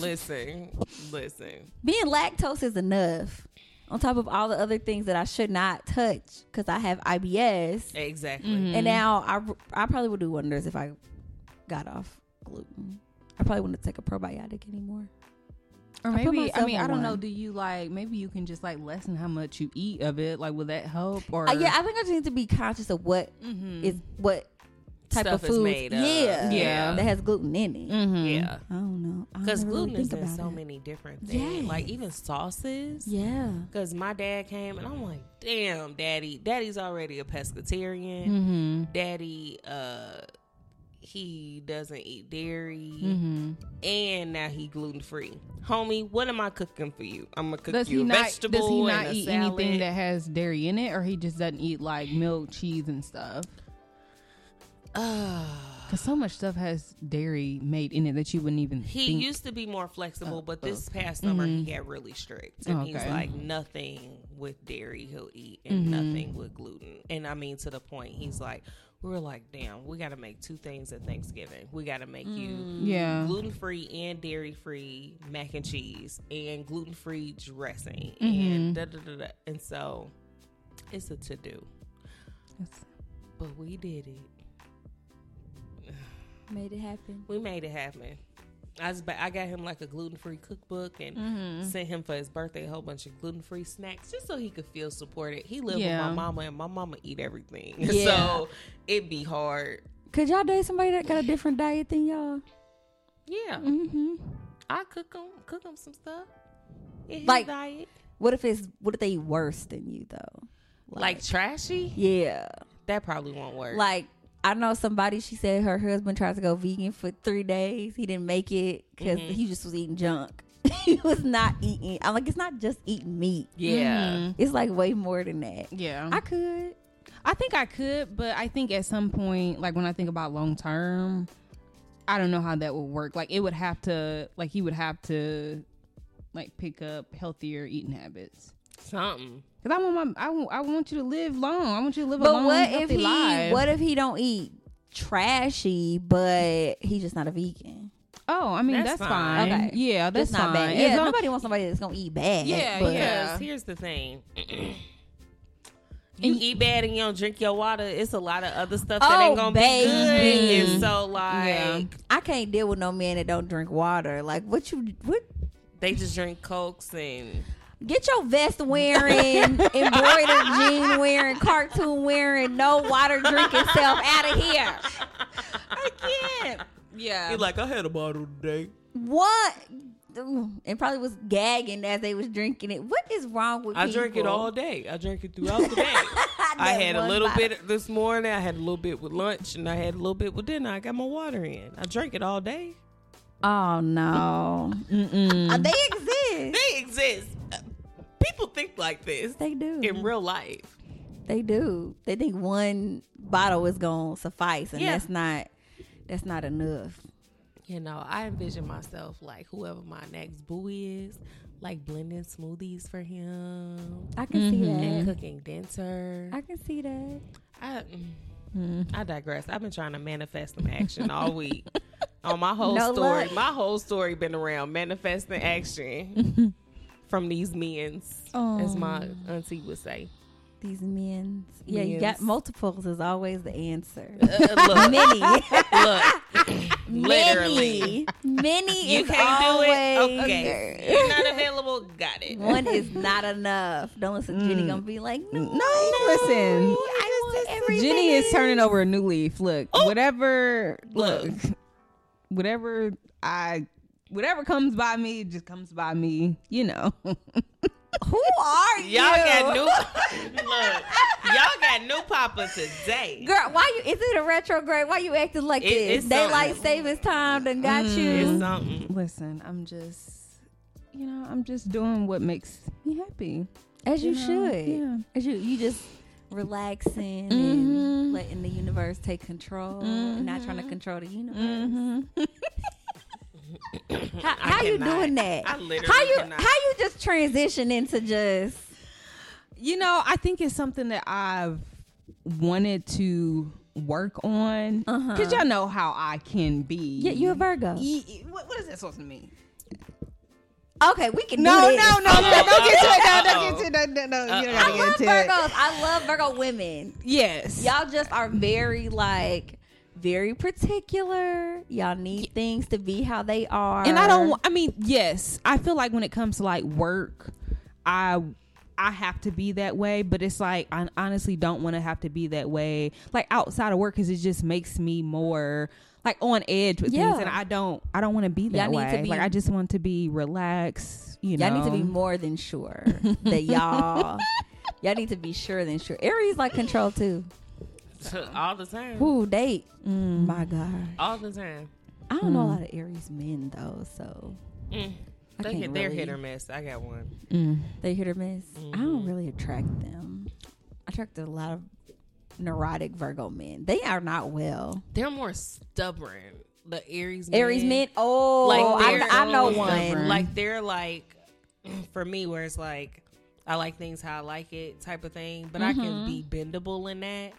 Speaker 4: [laughs] Listen, listen.
Speaker 3: Being lactose is enough. On top of all the other things that I should not touch because I have IBS,
Speaker 4: Exactly.
Speaker 3: and now I I probably would do wonders if I got off gluten. I probably wouldn't take a probiotic anymore.
Speaker 5: Or
Speaker 3: I put
Speaker 5: maybe I,
Speaker 3: myself
Speaker 5: mean
Speaker 3: on
Speaker 5: I don't know.
Speaker 3: one.
Speaker 5: Do you like maybe you can just like lessen how much you eat of it? Like will that help? Or Mm-hmm.
Speaker 3: Uh, yeah, I think I just need to be conscious of what is what type
Speaker 4: Mm. Stuff
Speaker 3: of
Speaker 4: is
Speaker 3: food.
Speaker 4: made of.
Speaker 3: Yeah,
Speaker 5: Yeah.
Speaker 3: that has gluten in it.
Speaker 5: Mm-hmm.
Speaker 4: Yeah.
Speaker 3: I don't know. I
Speaker 4: Because
Speaker 3: never
Speaker 4: gluten
Speaker 3: really
Speaker 4: is
Speaker 3: think
Speaker 4: in
Speaker 3: about
Speaker 4: so
Speaker 3: it.
Speaker 4: many different things. Like even sauces.
Speaker 3: Yeah.
Speaker 4: Because my dad came and I'm like, damn, daddy. Daddy's already a pescatarian.
Speaker 5: Mm-hmm.
Speaker 4: Daddy, uh, he doesn't eat dairy.
Speaker 5: Mm-hmm.
Speaker 4: And now he gluten free. Homie, what am I cooking for you? I'm going to cook
Speaker 5: Does
Speaker 4: you
Speaker 5: he
Speaker 4: a
Speaker 5: not?
Speaker 4: vegetable
Speaker 5: does he not
Speaker 4: and a
Speaker 5: eat
Speaker 4: salad.
Speaker 5: anything that has dairy in it, or he just doesn't eat like milk, cheese, and stuff? Because so much stuff has dairy made in it that you wouldn't even
Speaker 4: He
Speaker 5: think.
Speaker 4: used to be more flexible, but this past summer he got really strict, and he's
Speaker 5: Uh, mm-hmm. Okay. Mm-hmm.
Speaker 4: like nothing with dairy he'll eat, and nothing with gluten. And I mean to the point, he's like, we were like, damn, we got to make two things at Thanksgiving. We got to make you
Speaker 5: yeah.
Speaker 4: gluten free and dairy free mac and cheese, and gluten free dressing,
Speaker 5: Mm-hmm.
Speaker 4: and da da da da. And so, it's a to do,
Speaker 5: That's-
Speaker 4: but we did it.
Speaker 3: Made it happen.
Speaker 4: We made it happen. I just, ba- I got him like a gluten free cookbook and
Speaker 3: Mm-hmm.
Speaker 4: sent him for his birthday a whole bunch of gluten free snacks just so he could feel supported. He lived with
Speaker 5: Yeah.
Speaker 4: my mama and my mama eat everything, [laughs]
Speaker 3: Yeah.
Speaker 4: so it'd be hard.
Speaker 3: Could y'all date somebody that got a different diet than y'all?
Speaker 4: Yeah,
Speaker 3: Mm-hmm.
Speaker 4: I cook him cook him some stuff. In his
Speaker 3: Like-
Speaker 4: diet,
Speaker 3: What if it's what if they eat worse than you though?
Speaker 4: like trashy,
Speaker 3: Yeah.
Speaker 4: that probably won't work.
Speaker 3: Like I know somebody. She said her husband tried to go vegan for three days. He didn't make it because
Speaker 4: Mm-hmm.
Speaker 3: he just was eating junk. [laughs] he was not eating. I'm like, it's not just eating meat.
Speaker 4: yeah,
Speaker 3: It's like way more than that.
Speaker 5: Yeah.
Speaker 3: Mm-hmm. I could.
Speaker 5: I think I could, but I think at some point, like when I think about long term, I don't know how that would work. Like it would have to, like he would have to, like pick up healthier eating habits.
Speaker 4: something.
Speaker 5: Cause I want my, I, want- I want you to live long. I want you to live a
Speaker 3: But
Speaker 5: long,
Speaker 3: what if
Speaker 5: healthy
Speaker 3: he?
Speaker 5: life.
Speaker 3: What if he don't eat trashy, but he's just not a vegan?
Speaker 5: Oh, I mean
Speaker 4: That's
Speaker 5: that's,
Speaker 4: fine.
Speaker 5: fine.
Speaker 3: Okay.
Speaker 5: Yeah, that's
Speaker 3: That's not
Speaker 5: fine.
Speaker 3: bad.
Speaker 5: As
Speaker 3: Yeah,
Speaker 5: long-
Speaker 3: nobody wants somebody that's gonna eat bad.
Speaker 5: Yeah,
Speaker 3: but
Speaker 5: yeah.
Speaker 4: Because here's the thing. [clears throat] You eat bad and you don't drink your water. It's a lot of other stuff that
Speaker 3: Oh,
Speaker 4: ain't gonna
Speaker 3: baby.
Speaker 4: be good. And so, like,
Speaker 5: Yeah.
Speaker 3: I can't deal with no man that don't drink water. Like, what you what?
Speaker 4: they just drink cokes and
Speaker 3: Get your vest wearing, embroidered jean wearing, cartoon wearing, no water drinking self out of here. I can't.
Speaker 5: yeah.
Speaker 4: like, I had a bottle today.
Speaker 3: What? Ooh, And probably was gagging as they was drinking it. What is wrong with
Speaker 4: I
Speaker 3: people?
Speaker 4: drink it all day. I drink it throughout the day. [laughs] I
Speaker 3: That
Speaker 4: had a
Speaker 3: one
Speaker 4: little
Speaker 3: bottle.
Speaker 4: bit this morning. I had a little bit with lunch, and I had a little bit with dinner. I got my water in. I drank it all day. [laughs]
Speaker 3: Oh no, Uh, they exist.
Speaker 4: They exist. People think like this
Speaker 3: They do.
Speaker 4: in real life.
Speaker 3: They do. They think one bottle is gonna suffice, and
Speaker 4: Yeah.
Speaker 3: that's not that's not enough.
Speaker 4: You know, I envision myself like whoever my next boo is, like blending smoothies for him,
Speaker 3: I can
Speaker 4: Mm-hmm.
Speaker 3: see that.
Speaker 4: cooking denser.
Speaker 3: I can see that.
Speaker 4: I,
Speaker 3: Hmm.
Speaker 4: mm, I digress. I've been trying to manifest some action all
Speaker 3: [laughs]
Speaker 4: week on my whole
Speaker 3: No
Speaker 4: story.
Speaker 3: luck.
Speaker 4: My whole story been around manifesting action
Speaker 3: [laughs]
Speaker 4: from these men's, as my
Speaker 3: Um.
Speaker 4: auntie would say.
Speaker 3: These men's, yeah, you
Speaker 4: Men's.
Speaker 3: got multiples is always the answer.
Speaker 4: Uh,
Speaker 3: [laughs] Many,
Speaker 4: look,
Speaker 3: [laughs]
Speaker 4: look, [laughs] literally,
Speaker 3: many, many
Speaker 4: you
Speaker 3: is
Speaker 4: can't do
Speaker 3: always
Speaker 4: it. Okay, you're [laughs] not available. Got
Speaker 3: [laughs]
Speaker 4: it.
Speaker 3: one is not enough. Don't listen. to
Speaker 4: Mm.
Speaker 3: Jenny gonna be like, no,
Speaker 5: No, listen.
Speaker 3: I want everything.
Speaker 5: Jenny is turning over a new leaf. Look, whatever. Look, whatever I, whatever comes by me, just comes by me. You know. [laughs]
Speaker 3: Who are you?
Speaker 4: Y'all got new. look, y'all got new papa today.
Speaker 3: Girl, why you? Is it a retrograde? Why you acting like
Speaker 4: It-
Speaker 3: this?
Speaker 4: it's
Speaker 3: Daylight
Speaker 4: something. Mm.
Speaker 3: savings time done got
Speaker 4: It's
Speaker 3: you.
Speaker 4: something.
Speaker 5: Listen, I'm just, you know, I'm just doing what makes me happy.
Speaker 3: As you,
Speaker 5: you know,
Speaker 3: should.
Speaker 5: yeah.
Speaker 3: As you, you just relaxing and letting
Speaker 5: Mhm.
Speaker 3: the Mm-hmm.
Speaker 4: Mm-hmm.
Speaker 5: Mm-hmm.
Speaker 3: universe take control and not trying to control the universe. How, how you
Speaker 4: cannot.
Speaker 3: doing that?
Speaker 4: I literally
Speaker 3: how you
Speaker 4: cannot.
Speaker 3: how you just transition into just
Speaker 5: you know, I think it's something that I've wanted to work on because y'all know how I can be.
Speaker 3: yeah, you a Virgo?
Speaker 5: E- e- what, what is that supposed to mean?
Speaker 3: Okay, we can
Speaker 5: No,
Speaker 3: do
Speaker 5: no,
Speaker 3: this.
Speaker 5: no, no, don't
Speaker 3: [laughs]
Speaker 5: get to it. No, don't
Speaker 4: Uh-oh.
Speaker 5: get to it. No, no, no, you
Speaker 3: Oh. Uh, I
Speaker 5: don't gotta
Speaker 3: love
Speaker 5: get into it.
Speaker 3: Virgos. I love Virgo women.
Speaker 5: Yes.
Speaker 3: Y'all just are very like very particular. Y'all need things to be how they are.
Speaker 5: and I don't. I mean, yes, I feel like when it comes to like work, I I have to be that way. But it's like I honestly don't want to have to be that way. Like outside of work, because it just makes me more like on edge with
Speaker 3: Yeah.
Speaker 5: things, and I don't. I don't want to be that
Speaker 3: Y'all need
Speaker 5: way.
Speaker 3: to be-
Speaker 5: like I just want to be relaxed. You know,
Speaker 3: Y'all need to be more
Speaker 4: [laughs]
Speaker 3: than sure that y'all y'all need to be sure than sure. Aries like control too.
Speaker 4: all the time.
Speaker 3: Ooh, date.
Speaker 4: Mm.
Speaker 3: My God.
Speaker 4: All the time.
Speaker 3: I don't know a lot of Aries men though, so
Speaker 4: Mm.
Speaker 3: I
Speaker 4: They
Speaker 3: can't
Speaker 4: hit, they're
Speaker 3: really-
Speaker 4: hit or miss. I got one.
Speaker 3: they hit or miss. I
Speaker 4: Mm-hmm.
Speaker 3: don't really attract them. I attract a lot of neurotic Virgo men. They are not well.
Speaker 4: They're more stubborn. The Aries.
Speaker 3: Aries men. Oh,
Speaker 4: they're
Speaker 3: I, I know
Speaker 4: so
Speaker 3: one.
Speaker 4: stubborn. Like they're like [clears throat] for me, where it's like I like things how I like it type of thing, but I can be
Speaker 3: Mm-hmm.
Speaker 4: bendable in that.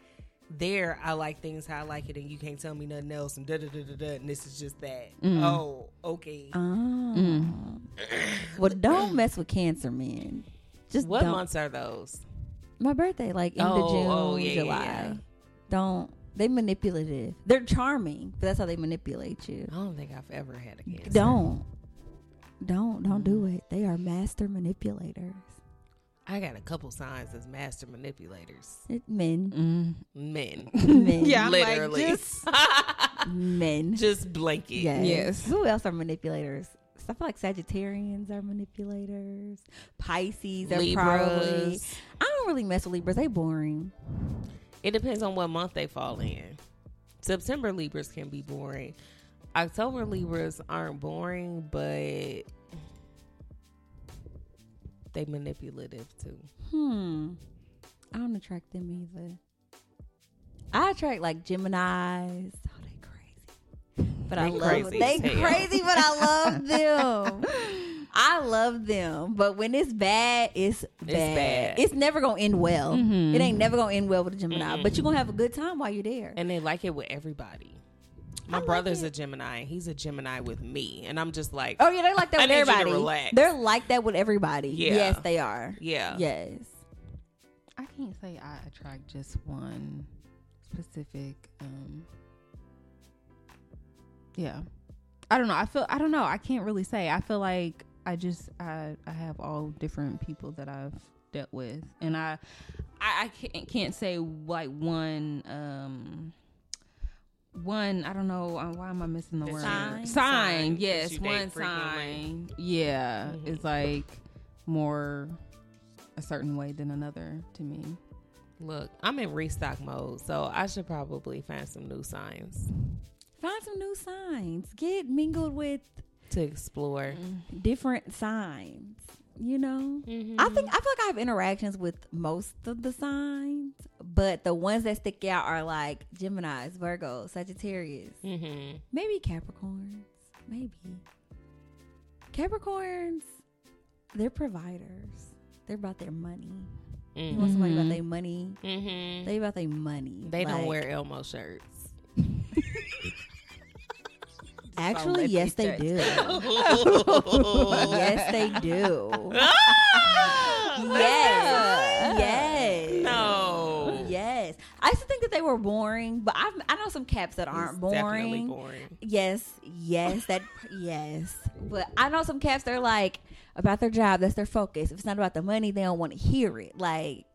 Speaker 4: There, I like things how I like it, and you can't tell me nothing else. And da da da da da. And this is just that.
Speaker 3: Mm-hmm.
Speaker 4: Oh, okay.
Speaker 3: Oh.
Speaker 4: Mm.
Speaker 3: Well, don't mess with cancer men. Just
Speaker 4: what
Speaker 3: don't.
Speaker 4: months are those?
Speaker 3: My birthday, like end of
Speaker 4: Oh,
Speaker 3: June,
Speaker 4: oh, yeah, yeah,
Speaker 3: July.
Speaker 4: yeah.
Speaker 3: Don't. They manipulative. They're charming, but that's how they manipulate you.
Speaker 4: I don't think I've ever had a cancer.
Speaker 3: Don't. Don't. Don't do
Speaker 4: Mm.
Speaker 3: it. They are master manipulators.
Speaker 4: I got a couple signs as master manipulators.
Speaker 3: It,
Speaker 4: [laughs]
Speaker 3: men. [laughs]
Speaker 5: Mm-hmm.
Speaker 4: Men.
Speaker 3: Men.
Speaker 5: Yeah, I'm like,
Speaker 4: Literally.
Speaker 5: just-
Speaker 4: [laughs]
Speaker 3: Men.
Speaker 4: just blanket.
Speaker 3: Yes.
Speaker 5: Yes.
Speaker 3: Who else are manipulators? So I feel like Sagittarians are manipulators. Pisces are probably.
Speaker 4: Libras.
Speaker 3: I don't really mess with Libras. They boring.
Speaker 4: It depends on what month they fall in. September Libras can be boring. October Libras aren't boring, but they manipulative too.
Speaker 3: Hmm. I don't attract them either. I attract like Gemini's. Oh, they crazy. But I
Speaker 4: They
Speaker 3: love
Speaker 4: crazy
Speaker 3: They
Speaker 4: as hell.
Speaker 3: crazy, but I
Speaker 4: [laughs]
Speaker 3: love them. I love them. But when it's bad, it's bad. It's,
Speaker 4: bad. Mm-hmm.
Speaker 3: never gonna end well. It ain't never gonna end well with a Gemini. But you're gonna have a good time while you're there.
Speaker 4: And they like it with everybody. My brother's a Gemini. and He's a Gemini with me. And I'm just like,
Speaker 3: Oh yeah, they like that
Speaker 4: I
Speaker 3: with
Speaker 4: need you to
Speaker 3: everybody.
Speaker 4: relax.
Speaker 3: They're like that with everybody.
Speaker 4: Yeah.
Speaker 3: Yes, they are.
Speaker 4: yeah.
Speaker 3: Yes.
Speaker 5: I can't say I attract just one specific. Um, yeah, I don't know. I feel I don't know. I can't really say. I feel like I just I I have all different people that I've dealt with, and I I, I can't can't say like one um. One, I don't know. uh, Why am I missing the word?
Speaker 3: Sign.
Speaker 5: Sign,
Speaker 4: Sign that
Speaker 5: yes,
Speaker 4: you date
Speaker 5: one
Speaker 4: frequently. Mm-hmm.
Speaker 5: sign. Yeah, it's like more a certain way than another to me.
Speaker 4: Look, I'm in restock mode, so I should probably find some new signs
Speaker 3: Find some new signs. Get mingled with
Speaker 4: to explore.
Speaker 3: different signs. You know, Mm-hmm.
Speaker 4: Mm-hmm.
Speaker 3: I think I feel like I have interactions with most of the signs, but the ones that stick out are like Gemini's, Virgo, Sagittarius,
Speaker 4: Mm-hmm.
Speaker 3: maybe Capricorns, maybe Capricorns. They're providers. They're about their money. You want somebody about their money.
Speaker 4: Mm-hmm.
Speaker 3: They about their money.
Speaker 4: They don't
Speaker 3: Like,
Speaker 4: wear Elmo shirts.
Speaker 3: Actually, yes, they
Speaker 4: [laughs]
Speaker 3: do. [laughs] yes, they do.
Speaker 4: Oh,
Speaker 3: yes, yes.
Speaker 4: No.
Speaker 3: Yes. I used to think that they were boring, but I've, I know some caps that aren't
Speaker 4: It's Definitely
Speaker 3: boring.
Speaker 4: boring.
Speaker 3: Yes, yes, that [laughs] yes. But I know some caps they're like about their job, that's their focus. If it's not about the money, they don't want to hear it. Like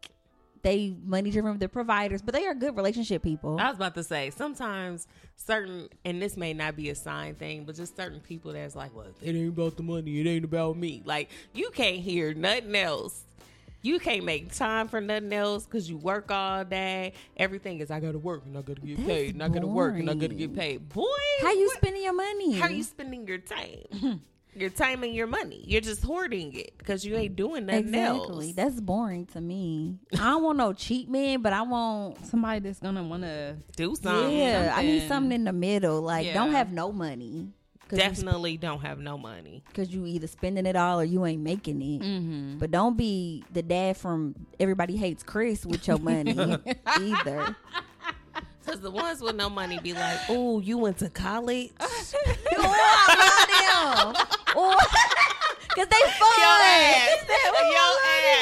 Speaker 3: they money driven, they're providers, but they are good relationship people.
Speaker 4: I was about to say sometimes certain, and this may not be a sign thing, but just certain people that's like, well, it ain't about the money, it ain't about me. Like you can't hear nothing else. You can't make time for nothing else because you work all day. Everything is I gotta work and I gotta get
Speaker 3: That's
Speaker 4: paid and I gotta work and I gotta
Speaker 3: boring.
Speaker 4: get paid. Boy,
Speaker 3: How you
Speaker 4: what-
Speaker 3: spending your money?
Speaker 4: How are you spending your time?
Speaker 3: Mm-hmm.
Speaker 4: your time and your money. You're just hoarding it because you ain't doing nothing
Speaker 3: Exactly.
Speaker 4: else.
Speaker 3: That's boring to me. I don't want no cheat man, but I want
Speaker 5: somebody that's gonna want to
Speaker 4: Do something.
Speaker 3: yeah, I need
Speaker 5: something.
Speaker 3: something in the middle. Like don't
Speaker 5: Yeah.
Speaker 3: have no money. 'Cause you
Speaker 4: Definitely don't have no money.
Speaker 3: because you either spending it all or you ain't making it.
Speaker 4: Mm-hmm.
Speaker 3: But don't be the dad from Everybody Hates Chris with your
Speaker 4: [laughs]
Speaker 3: money either.
Speaker 4: Cause the ones with no money be like,
Speaker 3: [laughs]
Speaker 4: "Oh, you went to college."
Speaker 3: oh, [laughs] I love them. Because they fun.
Speaker 4: Yo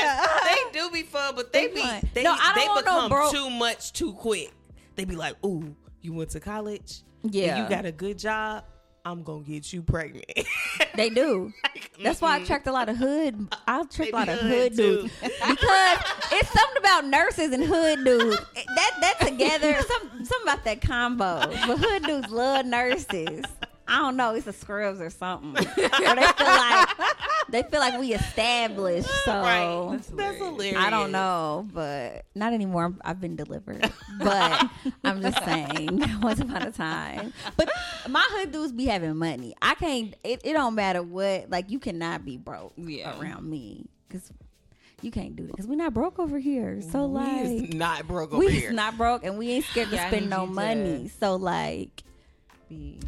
Speaker 4: ass.
Speaker 3: [laughs]
Speaker 4: They do be fun, but they
Speaker 3: They
Speaker 4: be
Speaker 3: fun.
Speaker 4: they,
Speaker 3: No, I don't
Speaker 4: they
Speaker 3: want no
Speaker 4: become
Speaker 3: broke-
Speaker 4: too much too quick. They be like, "Ooh, you went to college. And
Speaker 3: Yeah.
Speaker 4: you got a good job. I'm gonna get you pregnant." [laughs]
Speaker 3: [laughs] They do. That's why I attract a lot of hood. I attract a lot of hood dudes because it's something about nurses and hood dudes that that together. Some something about that combo. But hood dudes love nurses. I don't know. It's a scrubs or something. [laughs] Or they feel like they feel like we established. So
Speaker 4: right? That's hilarious.
Speaker 3: I don't know, but not anymore. I'm, I've been delivered,
Speaker 4: [laughs]
Speaker 3: but I'm just saying. [laughs] Once upon a time, but my hood dudes be having money. I can't. It, it don't matter what. Like you cannot be broke
Speaker 5: Yeah.
Speaker 3: around me because you can't do that because we're not broke over here. So
Speaker 4: We is
Speaker 3: like
Speaker 4: not broke over
Speaker 3: we
Speaker 4: here.
Speaker 3: is not broke and we ain't scared to
Speaker 5: Yeah, I
Speaker 3: spend
Speaker 5: need
Speaker 3: no
Speaker 5: you to-
Speaker 3: money. So like.
Speaker 5: Be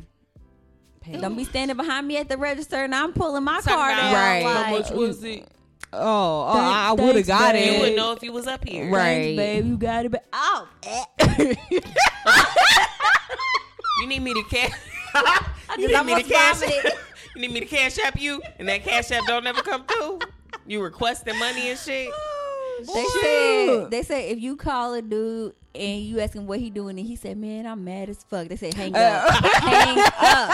Speaker 5: paid.
Speaker 3: Don't be standing behind me at the register and I'm pulling my
Speaker 4: Talking
Speaker 3: card
Speaker 4: about
Speaker 3: out.
Speaker 5: Right.
Speaker 4: How
Speaker 3: like,
Speaker 4: much was it?
Speaker 5: Oh, oh
Speaker 3: Thank-
Speaker 5: I would have
Speaker 3: thanks,
Speaker 5: got
Speaker 3: babe.
Speaker 4: You
Speaker 5: it.
Speaker 4: wouldn't know if you was up here.
Speaker 5: Right.
Speaker 3: "Thanks, babe, you got it. But oh,
Speaker 4: [laughs]
Speaker 3: eh.
Speaker 4: You need me to cash. [laughs] you need
Speaker 3: just
Speaker 4: me to
Speaker 3: almost
Speaker 4: cash.
Speaker 3: vomited.
Speaker 4: [laughs] you need me to cash app you, and that cash app don't ever come through. You requesting money and shit.
Speaker 3: They said they said if you call a dude and you ask him what he doing and he said, "Man, I'm mad as fuck." They said, "Hang up, [laughs] hang up,"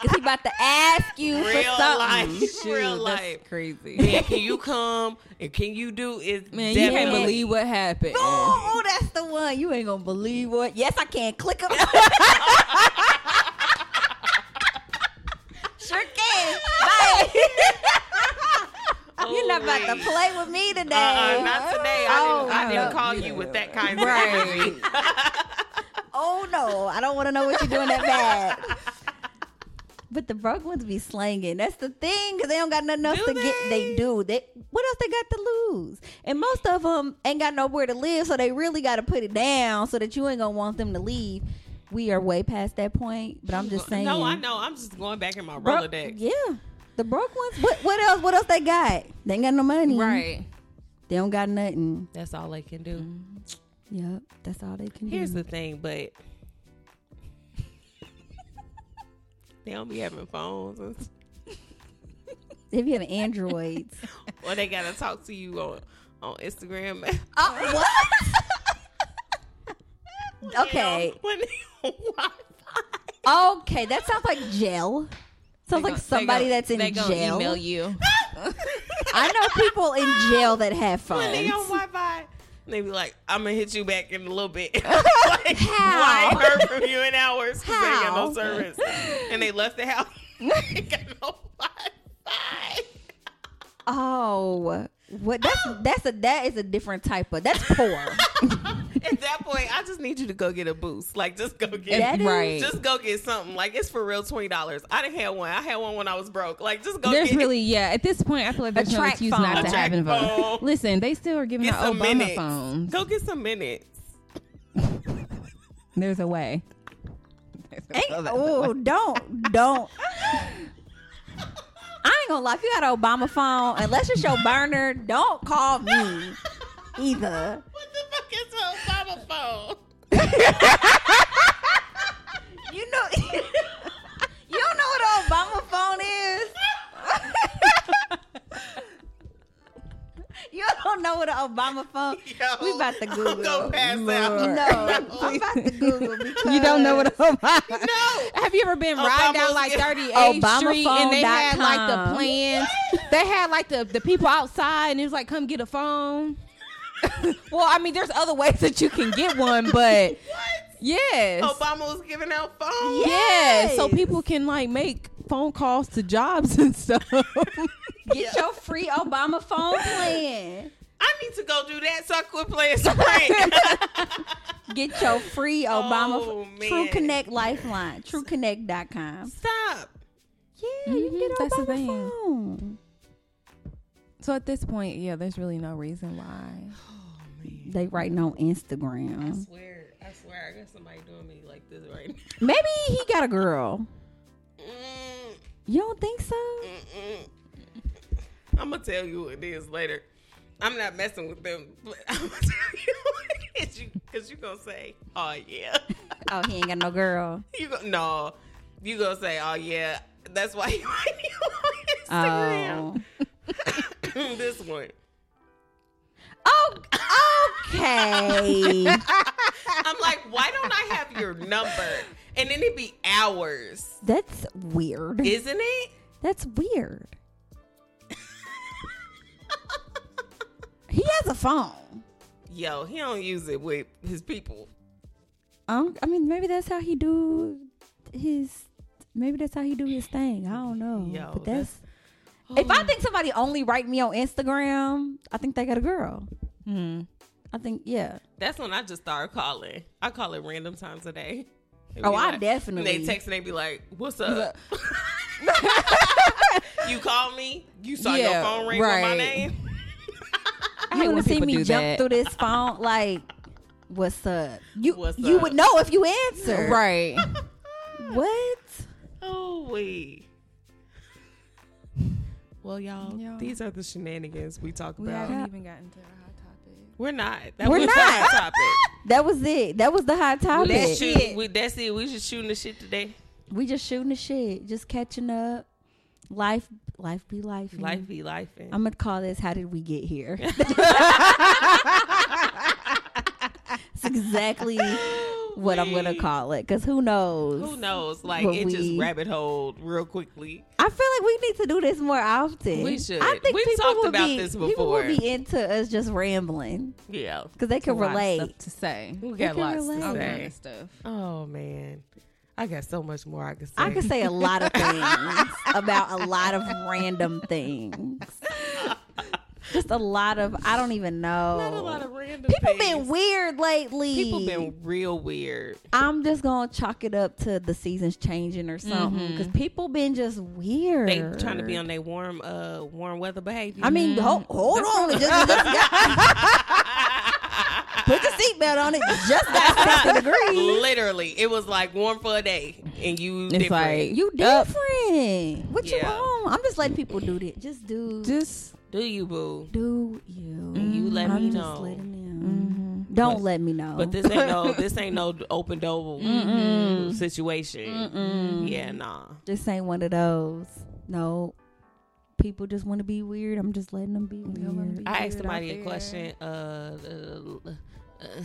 Speaker 3: because he about to ask you for
Speaker 4: Real
Speaker 3: something.
Speaker 4: life. [laughs] Real
Speaker 5: Dude, that's
Speaker 4: life.
Speaker 5: crazy.
Speaker 4: Man, can you come and can you do it?
Speaker 5: Man, you
Speaker 4: definitely.
Speaker 5: can't believe what happened.
Speaker 3: Oh, that's the one. You ain't gonna believe what? Yes, I can. Click him. [laughs] sure can.
Speaker 4: [laughs]
Speaker 3: Bye. You're not about to
Speaker 4: Ooh-wee.
Speaker 3: play with me today.
Speaker 4: Oh, Uh-uh, not today. I didn't, I
Speaker 3: Oh,
Speaker 4: didn't
Speaker 3: no.
Speaker 4: call you with that kind of
Speaker 5: Right.
Speaker 4: [laughs] energy.
Speaker 3: oh no, I don't want to know what you're doing that bad. But the broke ones be slanging. That's the thing, because they don't got nothing else
Speaker 4: Do
Speaker 3: to get. They do. They what else they got to lose? And most of them ain't got nowhere to live, so they really got to put it down so that you ain't gonna want them to leave. We are way past that point, but I'm just saying.
Speaker 4: No, I know. I'm just going back in my
Speaker 3: Bro-
Speaker 4: Rolodex.
Speaker 3: yeah, the broke ones. What what else? What else they got? They ain't got no money.
Speaker 5: Right.
Speaker 3: They don't got nothing.
Speaker 4: That's all I can do.
Speaker 3: Yep. That's all they can
Speaker 4: Here's
Speaker 3: do.
Speaker 4: the thing, but they don't be having phones, [laughs] and s-
Speaker 3: If you have androids.
Speaker 4: or they gotta talk to you on on Instagram. [laughs]
Speaker 5: [laughs]
Speaker 3: Oh, what? okay.
Speaker 4: When they on Wi-Fi.
Speaker 3: Okay. That sounds like jail. Sounds like somebody that's in
Speaker 5: they gonna
Speaker 3: jail.
Speaker 5: email you.
Speaker 3: [laughs] I know people in
Speaker 4: [laughs]
Speaker 3: jail that have
Speaker 5: [laughs]
Speaker 4: when they on
Speaker 3: phones.
Speaker 4: Wi-Fi. They be like, I'm gonna hit you back in a little bit. [laughs] like,
Speaker 3: [laughs]
Speaker 4: why
Speaker 3: How?
Speaker 4: I ain't heard from you in hours? 'Cause They ain't got
Speaker 3: How?
Speaker 4: no service, and they left the house. [laughs] they got no Wi-Fi.
Speaker 3: Oh, what?
Speaker 5: [gasps]
Speaker 3: That's that's a that is a different type of that's
Speaker 5: [laughs]
Speaker 3: poor.
Speaker 4: At that point, I just need you to go get a boost. Like, just go get.
Speaker 3: That is-
Speaker 5: right.
Speaker 4: Just go get something. Like it's for real twenty dollars. I didn't have one. I had one when I was broke. Like just go
Speaker 5: there's
Speaker 4: get
Speaker 5: really yeah. At this point, I feel like there's no
Speaker 3: track
Speaker 5: excuse
Speaker 3: phone.
Speaker 5: not
Speaker 3: A
Speaker 5: to
Speaker 4: track
Speaker 5: have a phone.
Speaker 4: phone.
Speaker 5: Listen, they still are giving
Speaker 4: get
Speaker 5: out
Speaker 4: some
Speaker 5: Obama
Speaker 4: minutes.
Speaker 5: phones.
Speaker 4: Go get some minutes.
Speaker 5: There's a way.
Speaker 3: oh, don't don't. I ain't gonna lie. If you got an Obama phone, unless it's your burner, don't call
Speaker 5: [laughs]
Speaker 3: me either.
Speaker 4: [laughs] What the fuck is an Obama phone?
Speaker 3: You know, [laughs] you don't know what an Obama phone is. [laughs] you don't know what an Obama phone.
Speaker 4: Yo,
Speaker 3: we about to
Speaker 4: I'm [laughs]
Speaker 3: Google.
Speaker 4: gonna pass out. [laughs]
Speaker 3: Lord. No, I'm about to Google because
Speaker 5: You don't know what [laughs] Obama.
Speaker 4: No.
Speaker 5: Have you ever been riding down
Speaker 4: Obama's
Speaker 5: like
Speaker 4: getting-
Speaker 5: 38th Street and they had like
Speaker 3: Obamaphone.com.
Speaker 5: the plans? They had like the, the people outside and it was like, come get a [laughs] phone. well, I mean, there's other ways that you can get one, but [laughs] yes.
Speaker 4: Obama was giving out phones.
Speaker 5: Yeah, so
Speaker 3: Yes.
Speaker 5: people can like make phone calls to jobs [laughs] and stuff.
Speaker 3: Get your free Obama phone plan.
Speaker 4: I need to go do that so I quit playing
Speaker 5: [laughs]
Speaker 4: Sprint.
Speaker 3: Get your free Obama
Speaker 4: Oh,
Speaker 3: ph- True
Speaker 4: man.
Speaker 3: Connect Lifeline, trueconnect.com.
Speaker 4: Stop.
Speaker 3: Yeah, you
Speaker 5: Mhm,
Speaker 3: can get
Speaker 5: that's the
Speaker 3: Obama
Speaker 5: thing.
Speaker 3: phone.
Speaker 5: so at this point, yeah, there's really no reason why.
Speaker 3: They writing on Instagram.
Speaker 4: swear, I swear, I got somebody doing me like this right now.
Speaker 3: Maybe he got a girl.
Speaker 4: Mm.
Speaker 3: You don't think so?
Speaker 4: I'm gonna tell you what it is later. I'm not messing with them, but I'm gonna [laughs] tell you what it is. You, Cause you gonna say, oh yeah. [laughs]
Speaker 3: Oh, he ain't got no girl.
Speaker 4: You go, no. You gonna say, oh yeah. That's why [laughs] you might be on Instagram. [laughs] this one.
Speaker 3: Oh, okay. [laughs]
Speaker 4: I'm like, why don't I have your number? And then it'd be hours,
Speaker 3: That's weird.
Speaker 4: isn't it? [laughs]
Speaker 3: That's weird. He has a phone.
Speaker 4: Yo, he don't use it with his people.
Speaker 3: Um, I mean, maybe that's how he do his. Maybe that's how he do his thing. I don't know.
Speaker 4: Yo, Oh.
Speaker 3: but that's. If I think somebody only write me on Instagram, I think they got a girl.
Speaker 5: Hmm.
Speaker 3: I think yeah.
Speaker 4: That's when I just started calling. I call it random times a day. They
Speaker 3: Oh,
Speaker 4: be
Speaker 3: I
Speaker 4: like-
Speaker 3: definitely-
Speaker 4: They text and they be like, "What's up?" [laughs] you call me. You saw your
Speaker 5: Yeah,
Speaker 4: phone ring with my
Speaker 5: right.
Speaker 4: name. [laughs]
Speaker 3: I
Speaker 5: hate
Speaker 3: want
Speaker 5: when
Speaker 3: to see
Speaker 5: people
Speaker 3: me
Speaker 5: do
Speaker 3: jump
Speaker 5: that.
Speaker 3: through this phone like, what's up? You
Speaker 4: What's
Speaker 3: you
Speaker 4: up?
Speaker 3: would know if you answer.
Speaker 5: Right.
Speaker 3: What?
Speaker 4: Oh wait. Well, y'all,
Speaker 5: Y'all.
Speaker 4: these are the shenanigans we talk
Speaker 5: we
Speaker 4: about.
Speaker 5: haven't even gotten to the hot topic.
Speaker 4: We're not. That
Speaker 3: We're
Speaker 4: was
Speaker 3: not.
Speaker 4: our topic.
Speaker 3: [laughs] That was it. That was the hot topic.
Speaker 4: Let's shoot. We, that's it. We just shooting the shit today.
Speaker 3: We just shooting the shit, just catching up. Life, life be life.
Speaker 4: Life be life. and-
Speaker 3: I'm gonna call this "How did we get
Speaker 4: [laughs]
Speaker 3: here?" [laughs] It's exactly what I'm
Speaker 4: [gasps]
Speaker 3: gonna call it, cause who knows?
Speaker 4: Who knows? Like
Speaker 3: But
Speaker 4: it
Speaker 3: we-
Speaker 4: just rabbit hole real quickly.
Speaker 3: I feel like we need to do this more often.
Speaker 4: We should.
Speaker 3: I think
Speaker 4: We've
Speaker 3: people
Speaker 4: talked
Speaker 3: will
Speaker 4: about
Speaker 3: be,
Speaker 4: this
Speaker 3: People will
Speaker 4: before.
Speaker 3: be into us just rambling,
Speaker 4: Yeah.
Speaker 3: cause they can
Speaker 5: A lot of
Speaker 3: relate.
Speaker 5: stuff to say.
Speaker 4: We
Speaker 3: They
Speaker 4: got
Speaker 3: can
Speaker 4: lots
Speaker 3: relate.
Speaker 4: to
Speaker 5: All
Speaker 3: Okay.
Speaker 5: kind
Speaker 4: say.
Speaker 5: of stuff.
Speaker 4: Oh man, I got so much more I could say.
Speaker 3: I could say a lot of things about a lot of random things. Just a lot of I don't even
Speaker 4: [laughs]
Speaker 3: know.
Speaker 4: Not a lot of random.
Speaker 3: People
Speaker 4: things.
Speaker 3: been weird lately.
Speaker 4: Oh. People been real weird.
Speaker 3: I'm just gonna chalk it up to the seasons changing or something because people been just weird.
Speaker 4: Mm-hmm. They trying to be on Mm-hmm. their warm, uh, warm weather behavior.
Speaker 3: I mean, ho- hold on, it just, it
Speaker 4: [laughs]
Speaker 3: just got- put the seatbelt on. It just got
Speaker 4: [laughs]
Speaker 3: sixty degrees.
Speaker 4: literally, it was like warm for a day, and you
Speaker 5: It's
Speaker 4: different.
Speaker 5: like
Speaker 3: You different. What you
Speaker 4: Yeah.
Speaker 3: on? I'm just letting people do that. Just do,
Speaker 5: Just
Speaker 4: do you boo?
Speaker 3: do you.
Speaker 4: You let
Speaker 3: I'm
Speaker 4: me
Speaker 3: just
Speaker 4: know. Mm-hmm.
Speaker 3: letting
Speaker 5: mm-hmm.
Speaker 3: them. Don't
Speaker 4: But-
Speaker 3: let me know.
Speaker 4: But this ain't no, this ain't no
Speaker 3: [laughs]
Speaker 4: open door situation.
Speaker 3: Mm-hmm.
Speaker 5: Mm-hmm.
Speaker 4: Yeah, nah.
Speaker 3: This ain't one of those. No, people just want to be weird. I'm just letting them be weird.
Speaker 4: I asked
Speaker 5: weird out
Speaker 4: somebody a
Speaker 5: there.
Speaker 4: question uh, uh, uh,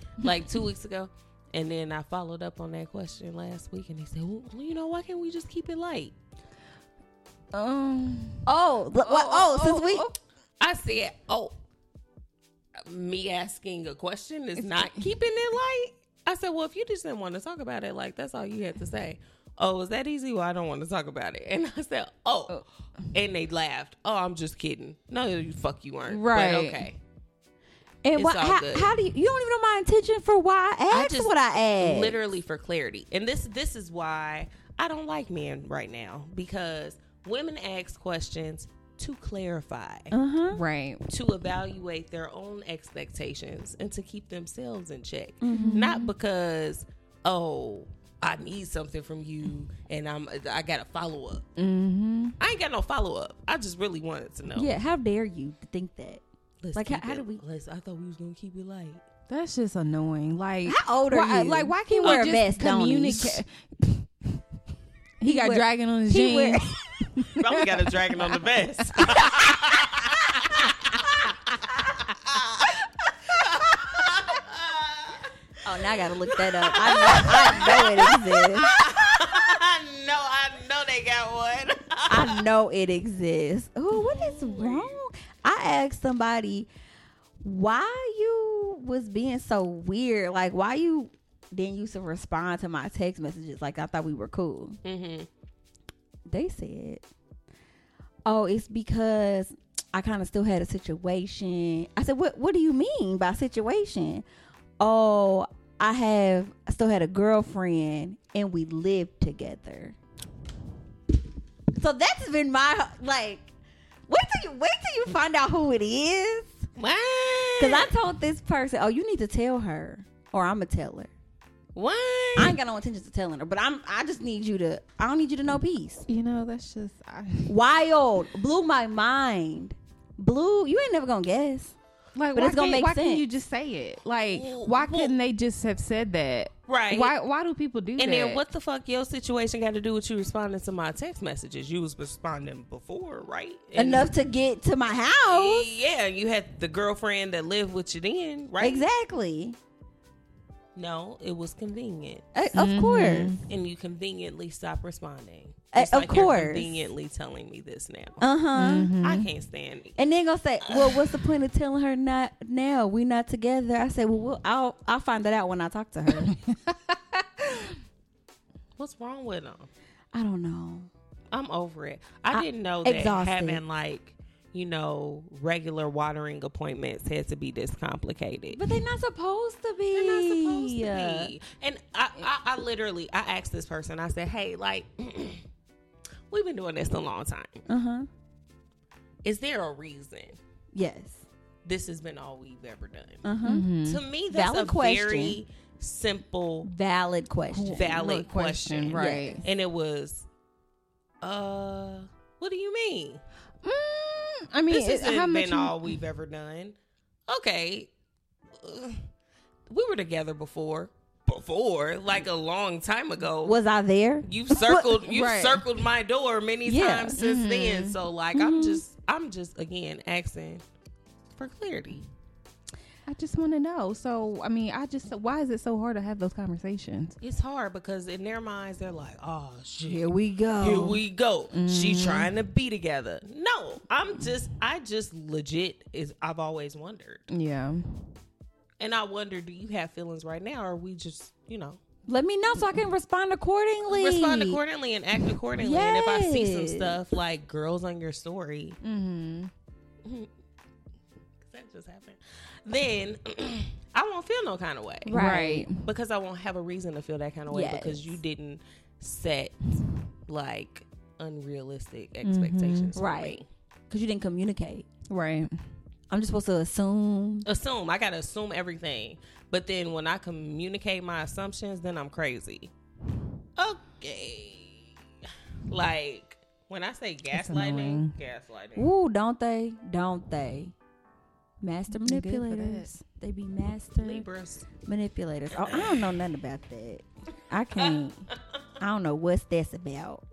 Speaker 4: [laughs] like two weeks ago, and then I followed up on that question last week, and they said, well, "You know, why can't we just keep it light?"
Speaker 5: um.
Speaker 3: Oh, oh, oh, since we
Speaker 4: I said, "Oh, me asking a question is
Speaker 5: [laughs]
Speaker 4: not keeping it light." I said, "Well, if you just didn't want to talk about it, like that's all you had to say." Oh, is that easy? Well, I don't want to talk about it. [laughs] And I said, "Oh,", and they laughed. Oh, I'm just kidding. No, you fuck you weren't.
Speaker 5: Right.
Speaker 4: But okay.
Speaker 3: and
Speaker 4: It's
Speaker 3: why,
Speaker 4: all
Speaker 3: how,
Speaker 4: good.
Speaker 3: how do you? You don't even know my intention for why I asked what I asked.
Speaker 4: Literally for clarity. And this this is why I don't like men right now because women ask questions to clarify,
Speaker 3: Uh-huh.
Speaker 5: Right.
Speaker 4: to evaluate their own expectations and to keep themselves in check.
Speaker 3: Mm-hmm.
Speaker 4: Not because oh, I need something from you and I'm I got a follow up.
Speaker 5: Mm-hmm.
Speaker 4: I ain't got no follow up. I just really wanted to know.
Speaker 3: Yeah, how dare you think that?
Speaker 4: Let's
Speaker 3: Like,
Speaker 4: keep
Speaker 3: how- how
Speaker 4: it-
Speaker 3: do we-
Speaker 4: Let's, I thought we was gonna keep it light.
Speaker 5: That's just annoying. Like
Speaker 3: How old are
Speaker 5: why,
Speaker 3: you?
Speaker 5: Like why
Speaker 3: He
Speaker 5: can't
Speaker 3: wear a
Speaker 5: we
Speaker 3: vest,
Speaker 5: just
Speaker 3: don't he? [laughs]
Speaker 5: communicate? He, got
Speaker 3: wear-
Speaker 5: dragging on his
Speaker 3: He
Speaker 5: jeans. [laughs]
Speaker 3: wear-
Speaker 4: Probably got a dragon on the [laughs] vest.
Speaker 3: [laughs] oh, now I gotta look that up. I know, I know [laughs] it exists.
Speaker 4: I know, I know they got one.
Speaker 3: I know it exists. Oh, what is wrong? I asked somebody why you was being so weird. Like why you didn't used to respond to my text messages. Like I thought we were cool.
Speaker 4: mm-hmm.
Speaker 3: They said, "Oh, it's because I kind of still had a situation." I said, "What? What do you mean by situation?" Oh, I have I still had a girlfriend and we lived together. So that's been my like. Wait till you wait till you find out who it is. Cause I told this person, "Oh, you need to tell her, or I'm gonna tell her."
Speaker 4: What?
Speaker 3: I ain't got no intentions of telling her, but I'm. I just need you to. I don't need you to know peace.
Speaker 5: You know, that's just. I,
Speaker 3: Wild blew my mind. Blew. You ain't never gonna guess.
Speaker 5: like,
Speaker 3: But
Speaker 5: why
Speaker 3: it's gonna
Speaker 5: can't-
Speaker 3: make
Speaker 5: Why
Speaker 3: sense.
Speaker 5: can't you just say it? Like,
Speaker 4: Well,
Speaker 5: why
Speaker 4: well-
Speaker 5: couldn't they just have said that?
Speaker 4: Right.
Speaker 5: Why? Why do people do that?
Speaker 4: and then what the fuck your situation got to do with you responding to my text messages? You was responding before, right? And-
Speaker 3: Enough to get to my house.
Speaker 4: Yeah, you had the girlfriend that lived with you then, right?
Speaker 3: Exactly.
Speaker 4: No, it was convenient,
Speaker 3: Uh, Of course.
Speaker 4: and you conveniently stopped responding.
Speaker 3: Uh,
Speaker 4: Just
Speaker 3: of
Speaker 4: like you're
Speaker 3: course.
Speaker 4: conveniently telling me this now.
Speaker 3: Uh huh.
Speaker 4: I can't stand it.
Speaker 3: And then gonna say, well, what's the point of telling her not now? We not together. I say, well, we'll I'll I'll find that out when I talk to [laughs] her.
Speaker 4: What's wrong with them?
Speaker 3: I don't know.
Speaker 4: I'm over it. I,
Speaker 3: I-
Speaker 4: didn't know that
Speaker 3: exhausted.
Speaker 4: having like you know regular watering appointments had to be this complicated.
Speaker 3: But they're not supposed to be.
Speaker 4: They're not supposed to be. And I, I, I literally, I asked this person. I said, "Hey, like, [clears throat] we've been doing this a long time.
Speaker 3: Uh huh.
Speaker 4: Is there a reason
Speaker 3: Yes.
Speaker 4: this has been all we've ever done?"
Speaker 3: Uh huh.
Speaker 4: To me, that's
Speaker 3: Valid
Speaker 4: a
Speaker 3: question.
Speaker 4: very simple,
Speaker 3: Valid question.
Speaker 4: valid question,
Speaker 5: right?
Speaker 4: and it was, "Uh, what do you mean?
Speaker 5: Mm, I mean,
Speaker 4: This
Speaker 5: it-
Speaker 4: hasn't
Speaker 5: how much?
Speaker 4: been
Speaker 5: you-
Speaker 4: all we've ever done." Okay, Ugh. we were together before, before, like a long time ago.
Speaker 3: Was I there?
Speaker 4: you've circled you've
Speaker 5: Right.
Speaker 4: circled my door many
Speaker 3: Yeah.
Speaker 4: times since then. So like I'm just I'm just again asking for clarity.
Speaker 5: I just want to know. So, I mean, I just why is it so hard to have those conversations?
Speaker 4: It's hard because in their minds they're like, oh shit.
Speaker 3: Here we go.
Speaker 4: Here we go. She trying to be together. No, I'm just I just legit is I've always wondered.
Speaker 5: Yeah.
Speaker 4: And I wonder, do you have feelings right now or are we just, you know,
Speaker 3: Let me know so I can respond accordingly.
Speaker 4: respond accordingly and act accordingly. And if I see some
Speaker 3: Yes.
Speaker 4: stuff like girls on your story,
Speaker 5: Mm-hmm.
Speaker 4: that just happened. Then [clears throat] I won't feel no kind of way.
Speaker 3: Right.
Speaker 4: because I won't have a reason to feel that kind of way because you
Speaker 3: Yes.
Speaker 4: didn't set like unrealistic expectations, for
Speaker 3: Mm-hmm. Right.
Speaker 4: me.
Speaker 3: Because you didn't communicate.
Speaker 5: Right.
Speaker 3: I'm just supposed to assume.
Speaker 4: Assume I gotta assume everything, but then when I communicate my assumptions, then I'm crazy. Okay, like when I say gaslighting,
Speaker 5: annoying.
Speaker 4: gaslighting.
Speaker 3: Ooh, don't they? Don't they? Master
Speaker 5: They good for
Speaker 3: manipulators. They be master
Speaker 4: Libras.
Speaker 3: manipulators. Oh, I don't know nothing about that. I can't. I don't know what's that's about.